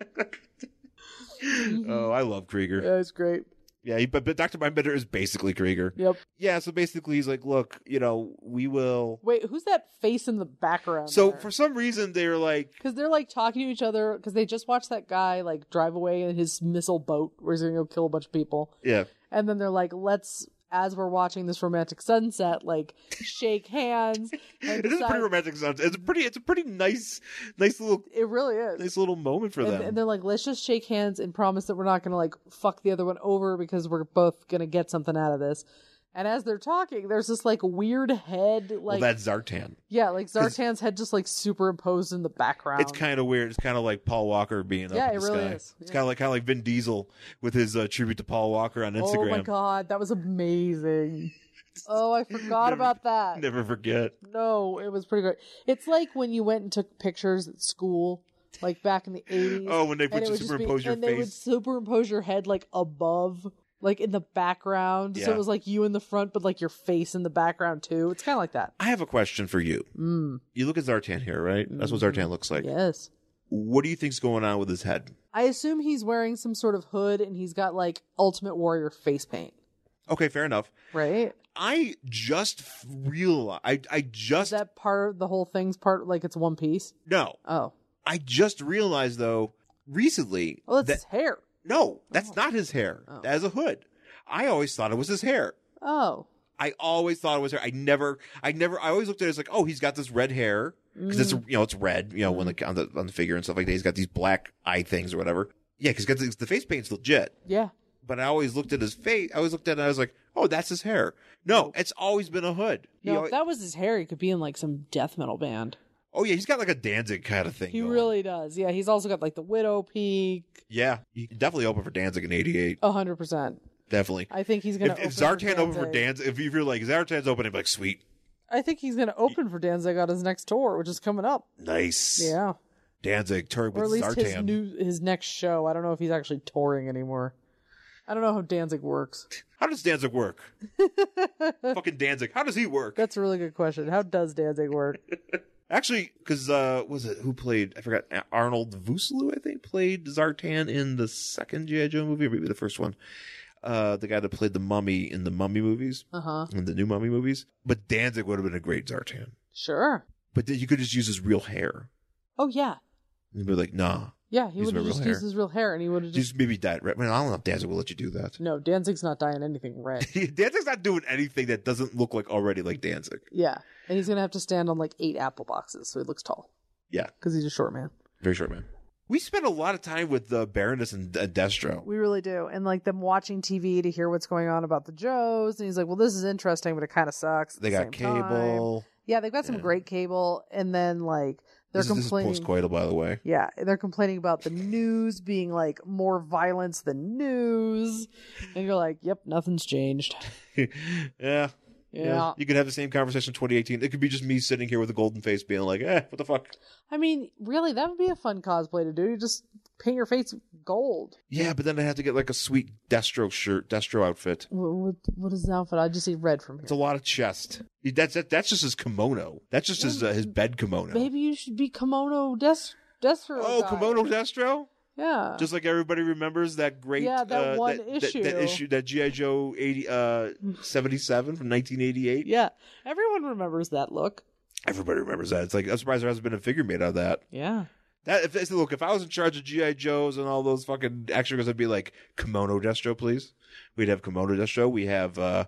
Speaker 2: oh, I love Krieger.
Speaker 1: yeah, it's great.
Speaker 2: Yeah, he, but, but Dr. Mindbender is basically Krieger.
Speaker 1: Yep.
Speaker 2: Yeah, so basically he's like, look, you know, we will.
Speaker 1: Wait, who's that face in the background?
Speaker 2: So for some reason they're like,
Speaker 1: because they're like talking to each other because they just watched that guy like drive away in his missile boat where he's gonna go kill a bunch of people,
Speaker 2: yeah,
Speaker 1: and then they're like, let's. As we're watching this romantic sunset, like shake hands. And
Speaker 2: it is a
Speaker 1: decide-
Speaker 2: pretty romantic sound. It's a pretty, it's a pretty nice, nice little,
Speaker 1: It really is.
Speaker 2: nice little moment for
Speaker 1: and,
Speaker 2: them.
Speaker 1: and they're like, let's just shake hands and promise that we're not going to like fuck the other one over because we're both going to get something out of this. And as they're talking, there's this like weird head,
Speaker 2: well,
Speaker 1: like
Speaker 2: that's Zartan.
Speaker 1: yeah, like Zartan's head just like superimposed in the background.
Speaker 2: It's kind of weird. It's kind of like Paul Walker being
Speaker 1: Um, Yeah,
Speaker 2: up in
Speaker 1: it
Speaker 2: the
Speaker 1: really
Speaker 2: sky.
Speaker 1: is.
Speaker 2: It's
Speaker 1: Yeah.
Speaker 2: kind of like kind of like Vin Diesel with his uh, tribute to Paul Walker on Instagram.
Speaker 1: oh my god, that was amazing. oh, I forgot
Speaker 2: Never-
Speaker 1: about that.
Speaker 2: Never forget.
Speaker 1: No, it was pretty great. It's like when you went and took pictures at school, like back in the eighties.
Speaker 2: Oh, when they
Speaker 1: and
Speaker 2: put
Speaker 1: it would just be,
Speaker 2: superimpose your
Speaker 1: and they would
Speaker 2: face.
Speaker 1: superimpose your head like above, like in the background. So
Speaker 2: Yeah.
Speaker 1: it was like you in the front, but like your face in the background too. It's kind of like that.
Speaker 2: I have a question for you.
Speaker 1: Mm, Mm-hmm.
Speaker 2: You look at Zartan here, right? That's what Zartan looks like.
Speaker 1: yes,
Speaker 2: What do you think's going on with his head?
Speaker 1: I assume he's wearing some sort of hood and he's got like Ultimate Warrior face paint,
Speaker 2: Okay, fair enough.
Speaker 1: right?
Speaker 2: I just realized. I I
Speaker 1: Is
Speaker 2: just
Speaker 1: that part of the whole thing's part like it's one piece?
Speaker 2: no.
Speaker 1: Oh,
Speaker 2: I just realized though recently
Speaker 1: well, it's
Speaker 2: that
Speaker 1: Oh, his hair.
Speaker 2: no, that's not his hair. That is a hood. I always thought it was his hair.
Speaker 1: Oh,
Speaker 2: I always thought it was hair. I never, I never, I always looked at it as like, oh, he's got this red hair because it's
Speaker 1: Mm.
Speaker 2: you know it's red. You know when the on the on the figure and stuff like that, he's got these black eye things or whatever. Yeah, because the, the face paint's legit.
Speaker 1: yeah.
Speaker 2: But I always looked at his face. I always looked at it and I was like, oh, that's his hair. No, it's always been a hood. He
Speaker 1: No,
Speaker 2: always-
Speaker 1: if that was his hair, he could be in like some death metal band.
Speaker 2: oh yeah, he's got like a Danzig kind of thing.
Speaker 1: He
Speaker 2: going.
Speaker 1: really does. Yeah, he's also got like the widow peak.
Speaker 2: Yeah, he definitely open for Danzig in '88.
Speaker 1: hundred percent.
Speaker 2: Definitely.
Speaker 1: I think he's gonna.
Speaker 2: If, if
Speaker 1: open
Speaker 2: Zartan opened for
Speaker 1: Danzig.
Speaker 2: Danzig, if you're like Zartan's opening, like sweet,
Speaker 1: I think he's gonna open for Danzig on his next tour, which is coming up.
Speaker 2: nice,
Speaker 1: Yeah,
Speaker 2: Danzig touring
Speaker 1: or
Speaker 2: with
Speaker 1: at least
Speaker 2: Zartan.
Speaker 1: his new his next show. I don't know if he's actually touring anymore. I don't know how Danzig works.
Speaker 2: How does Danzig work? Fucking Danzig. How does he work?
Speaker 1: That's a really good question. How does Danzig work?
Speaker 2: Actually, because uh, was it who played? I forgot. Arnold Vosloo, I think, played Zartan in the second GI Joe movie, or maybe the first one. uh, the guy that played the mummy in the mummy movies,
Speaker 1: Uh huh.
Speaker 2: in the new mummy movies. But Danzig would have been a great Zartan.
Speaker 1: Sure.
Speaker 2: But then you could just use his real hair.
Speaker 1: Oh yeah,
Speaker 2: And be like, nah.
Speaker 1: yeah. He
Speaker 2: He's
Speaker 1: would have
Speaker 2: my
Speaker 1: just
Speaker 2: real
Speaker 1: used
Speaker 2: hair.
Speaker 1: his real hair, and he would have just
Speaker 2: Just maybe died red. I, mean, I don't know if Danzig will let you do that.
Speaker 1: no. Danzig's not dying anything red.
Speaker 2: Danzig's not doing anything that doesn't look like already like Danzig.
Speaker 1: yeah, and he's gonna have to stand on like eight apple boxes, so he looks tall
Speaker 2: Yeah.
Speaker 1: because he's a short man.
Speaker 2: Very short man. We spent a lot of time with uh, Baroness and uh, Destro.
Speaker 1: We really do. And like them watching TV to hear what's going on about the Joes. And he's like, well, this is interesting, but it kind of sucks. at
Speaker 2: They
Speaker 1: the
Speaker 2: got
Speaker 1: same time."
Speaker 2: cable.
Speaker 1: Yeah, they've got some
Speaker 2: Yeah.
Speaker 1: great cable. And then like they're
Speaker 2: This is, this is
Speaker 1: complaining.
Speaker 2: postcoital, by the way.
Speaker 1: yeah, they're complaining about the news being like more violence than news. And you're like, yep, nothing's changed.
Speaker 2: yeah. yeah.
Speaker 1: Yeah.
Speaker 2: You could have the same conversation in 2018. It could be just me sitting here with a golden face being like, eh, what the fuck?
Speaker 1: I mean, really, that would be a fun cosplay to do. You just paint your face gold.
Speaker 2: Yeah, but then I have to get like a sweet Destro shirt, Destro outfit.
Speaker 1: What, what, what is the outfit? I just see red from here.
Speaker 2: It's a lot of chest. That's that, that's just his kimono. That's just his uh, his bed kimono.
Speaker 1: Maybe you should be kimono des- Destro.
Speaker 2: Oh,
Speaker 1: guy.
Speaker 2: kimono Destro.
Speaker 1: Yeah.
Speaker 2: Just like everybody remembers that great,
Speaker 1: Yeah, that
Speaker 2: uh,
Speaker 1: one
Speaker 2: that,
Speaker 1: issue.
Speaker 2: that, issue, that GI Joe eighty uh seventy seven from nineteen eighty eight.
Speaker 1: Yeah, everyone remembers that look.
Speaker 2: Everybody remembers that. It's like I'm surprised there hasn't been a figure made out of that.
Speaker 1: Yeah.
Speaker 2: That if it's- look, if I was in charge of GI Joes and all those fucking action figures, I'd be like kimono Destro, please. We'd have kimono Destro. We have uh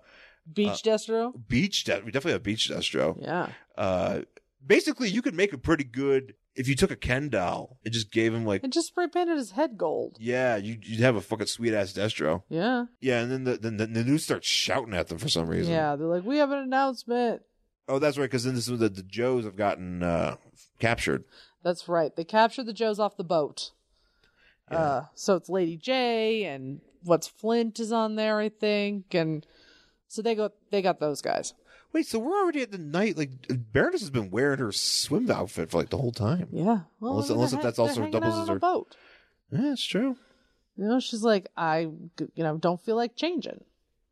Speaker 1: Beach Destro.
Speaker 2: beach. De- we definitely have beach Destro.
Speaker 1: Yeah.
Speaker 2: Uh, basically, you could make a pretty good if you took a Ken doll and just gave him like.
Speaker 1: And just spray painted his head gold.
Speaker 2: Yeah, you, you'd have a fucking sweet ass Destro.
Speaker 1: Yeah.
Speaker 2: Yeah, and then the, then the, the news starts shouting at them for some reason.
Speaker 1: Yeah. They're like, we have an announcement.
Speaker 2: Oh, that's right, because then this is the, the Joes have gotten uh, captured.
Speaker 1: That's right. They captured the Joes off the boat.
Speaker 2: Yeah.
Speaker 1: Uh, so it's Lady J and what's Flint is on there, I think, and so they go. They got those guys.
Speaker 2: Wait, so we're already at the night. Like Baroness has been wearing her swim outfit for like the whole time.
Speaker 1: Yeah. Well,
Speaker 2: Unless-
Speaker 1: I mean,
Speaker 2: unless
Speaker 1: they're
Speaker 2: if that's
Speaker 1: hang-
Speaker 2: also
Speaker 1: they're hanging
Speaker 2: doubles
Speaker 1: out
Speaker 2: as
Speaker 1: on a
Speaker 2: their-
Speaker 1: boat.
Speaker 2: Yeah, that's true.
Speaker 1: You know, she's like, I, you know, don't feel like changing.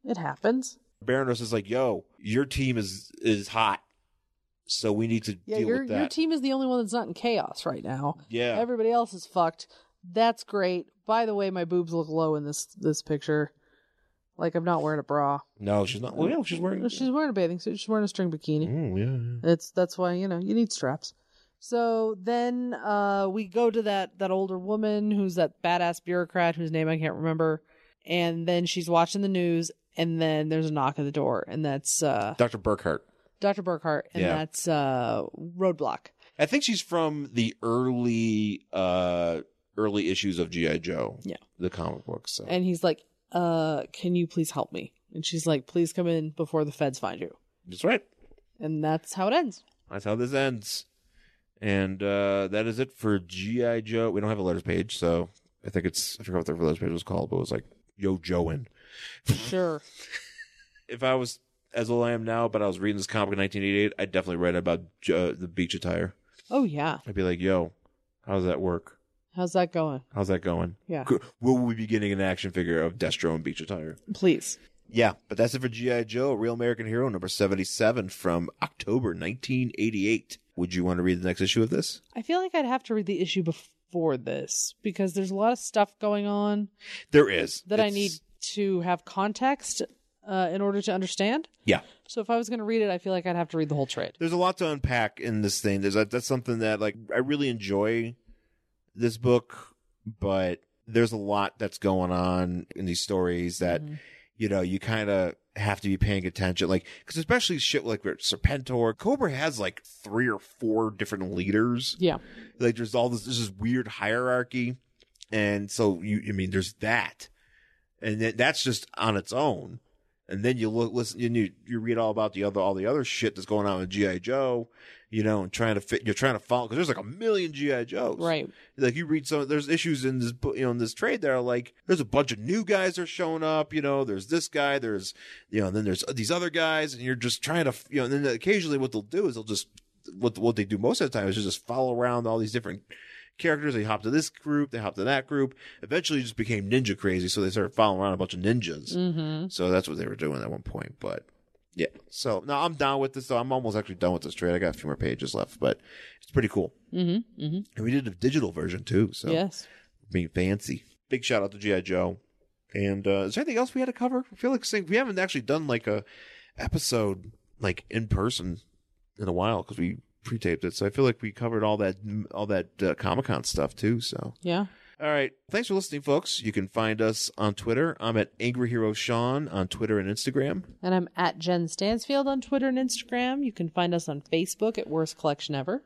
Speaker 1: It happens.
Speaker 2: Baroness is like, "Yo, your team is is hot, so we need to
Speaker 1: Yeah,
Speaker 2: deal
Speaker 1: your
Speaker 2: with
Speaker 1: your
Speaker 2: that."
Speaker 1: team is the only one that's not in chaos right now.
Speaker 2: yeah,
Speaker 1: Everybody else is fucked. That's great. By the way, my boobs look low in this this picture. Like I'm not wearing a bra.
Speaker 2: no, she's not. Well, yeah, she's wearing.
Speaker 1: She's wearing a bathing suit. She's wearing a string bikini.
Speaker 2: Mm, yeah, yeah.
Speaker 1: It's that's why you know you need straps. So then uh, we go to that that older woman who's that badass bureaucrat whose name I can't remember, and then she's watching the news. And then there's a knock at the door, and that's uh,
Speaker 2: Dr. Burkhart.
Speaker 1: Dr. Burkhart, and
Speaker 2: Yeah.
Speaker 1: that's uh, Roadblock.
Speaker 2: I think she's from the early uh early issues of GI Joe.
Speaker 1: Yeah.
Speaker 2: the comic book. So
Speaker 1: and he's like, "Uh, can you please help me?" And she's like, "Please come in before the feds find you."
Speaker 2: that's right.
Speaker 1: And that's how it ends.
Speaker 2: That's how this ends. And uh that is it for GI Joe. We don't have a letters page, so I think it's I forgot what the letters page was called, but it was like Yo Joein.
Speaker 1: Sure.
Speaker 2: If I was as old I am now, but I was reading this comic in 1988, I definitely read about uh, the beach attire.
Speaker 1: Oh yeah.
Speaker 2: I'd be like, "Yo, how's that work?
Speaker 1: How's that going?
Speaker 2: How's that going?
Speaker 1: Yeah.
Speaker 2: Could- Will we be getting an action figure of Destro and beach attire?"
Speaker 1: Please.
Speaker 2: Yeah, but that's it for G.I. Joe, Real American Hero number 77 from October 1988. Would you want to read the next issue of this?
Speaker 1: I feel like I'd have to read the issue before this because there's a lot of stuff going on
Speaker 2: There is.
Speaker 1: that I
Speaker 2: It's-
Speaker 1: need to have context uh, in order to understand.
Speaker 2: Yeah.
Speaker 1: So if I was going to read it, I feel like I'd have to read the whole trade.
Speaker 2: There's a lot to unpack in this thing. There's a, that's something that like I really enjoy this book, but there's a lot that's going on in these stories that you know, you kind of have to be paying attention. Like, because especially shit like with Serpentor, Cobra has like three or four different leaders.
Speaker 1: Yeah.
Speaker 2: like there's all this, there's this weird hierarchy and so you i mean there's that and that, that's just on its own and then you look listen and you you read all about the other all the other shit that's going on with gi joe you know and trying to fit you're trying to follow because there's like a million gi joes
Speaker 1: Right.
Speaker 2: like you read some there's issues in this bo- you know in this trade that are like there's a bunch of new guys are showing up you know there's this guy there's you know and then there's these other guys and you're just trying to you know and then occasionally what they'll do is they'll just what what they do most of the time is just follow around all these different characters they hop to this group they hop to that group eventually it just became ninja crazy so they started following around a bunch of ninjas
Speaker 1: Mm-hmm.
Speaker 2: so that's what they were doing at one point but yeah so now i'm down with this though i'm almost actually done with this trade i got a few more pages left but it's pretty cool
Speaker 1: Mm-hmm. Mm-hmm.
Speaker 2: and we did a digital version too so
Speaker 1: Yes.
Speaker 2: being fancy. Big shout out to G.I. Joe. And uh, is there anything else we had to cover? I feel like saying- we haven't actually done like a episode like in person in a while because we pre-taped it. So I feel like we covered all that all that uh, Comic Con stuff too. So
Speaker 1: Yeah.
Speaker 2: all right. Thanks for listening, folks. You can find us on Twitter. I'm at Angry Hero Sean on Twitter and Instagram.
Speaker 1: And I'm at Jen Stansfield on Twitter and Instagram. You can find us on Facebook at Worst Collection Ever.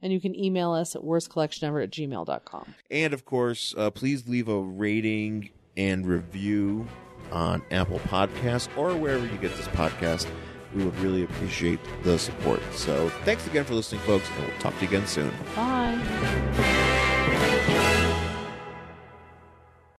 Speaker 1: And you can email us at worstcollectionever at gmail.com.
Speaker 2: And of course, uh, please leave a rating and review on Apple Podcasts or wherever you get this podcast. We would really appreciate the support. So thanks again for listening, folks, and we'll talk to you again soon.
Speaker 1: Bye.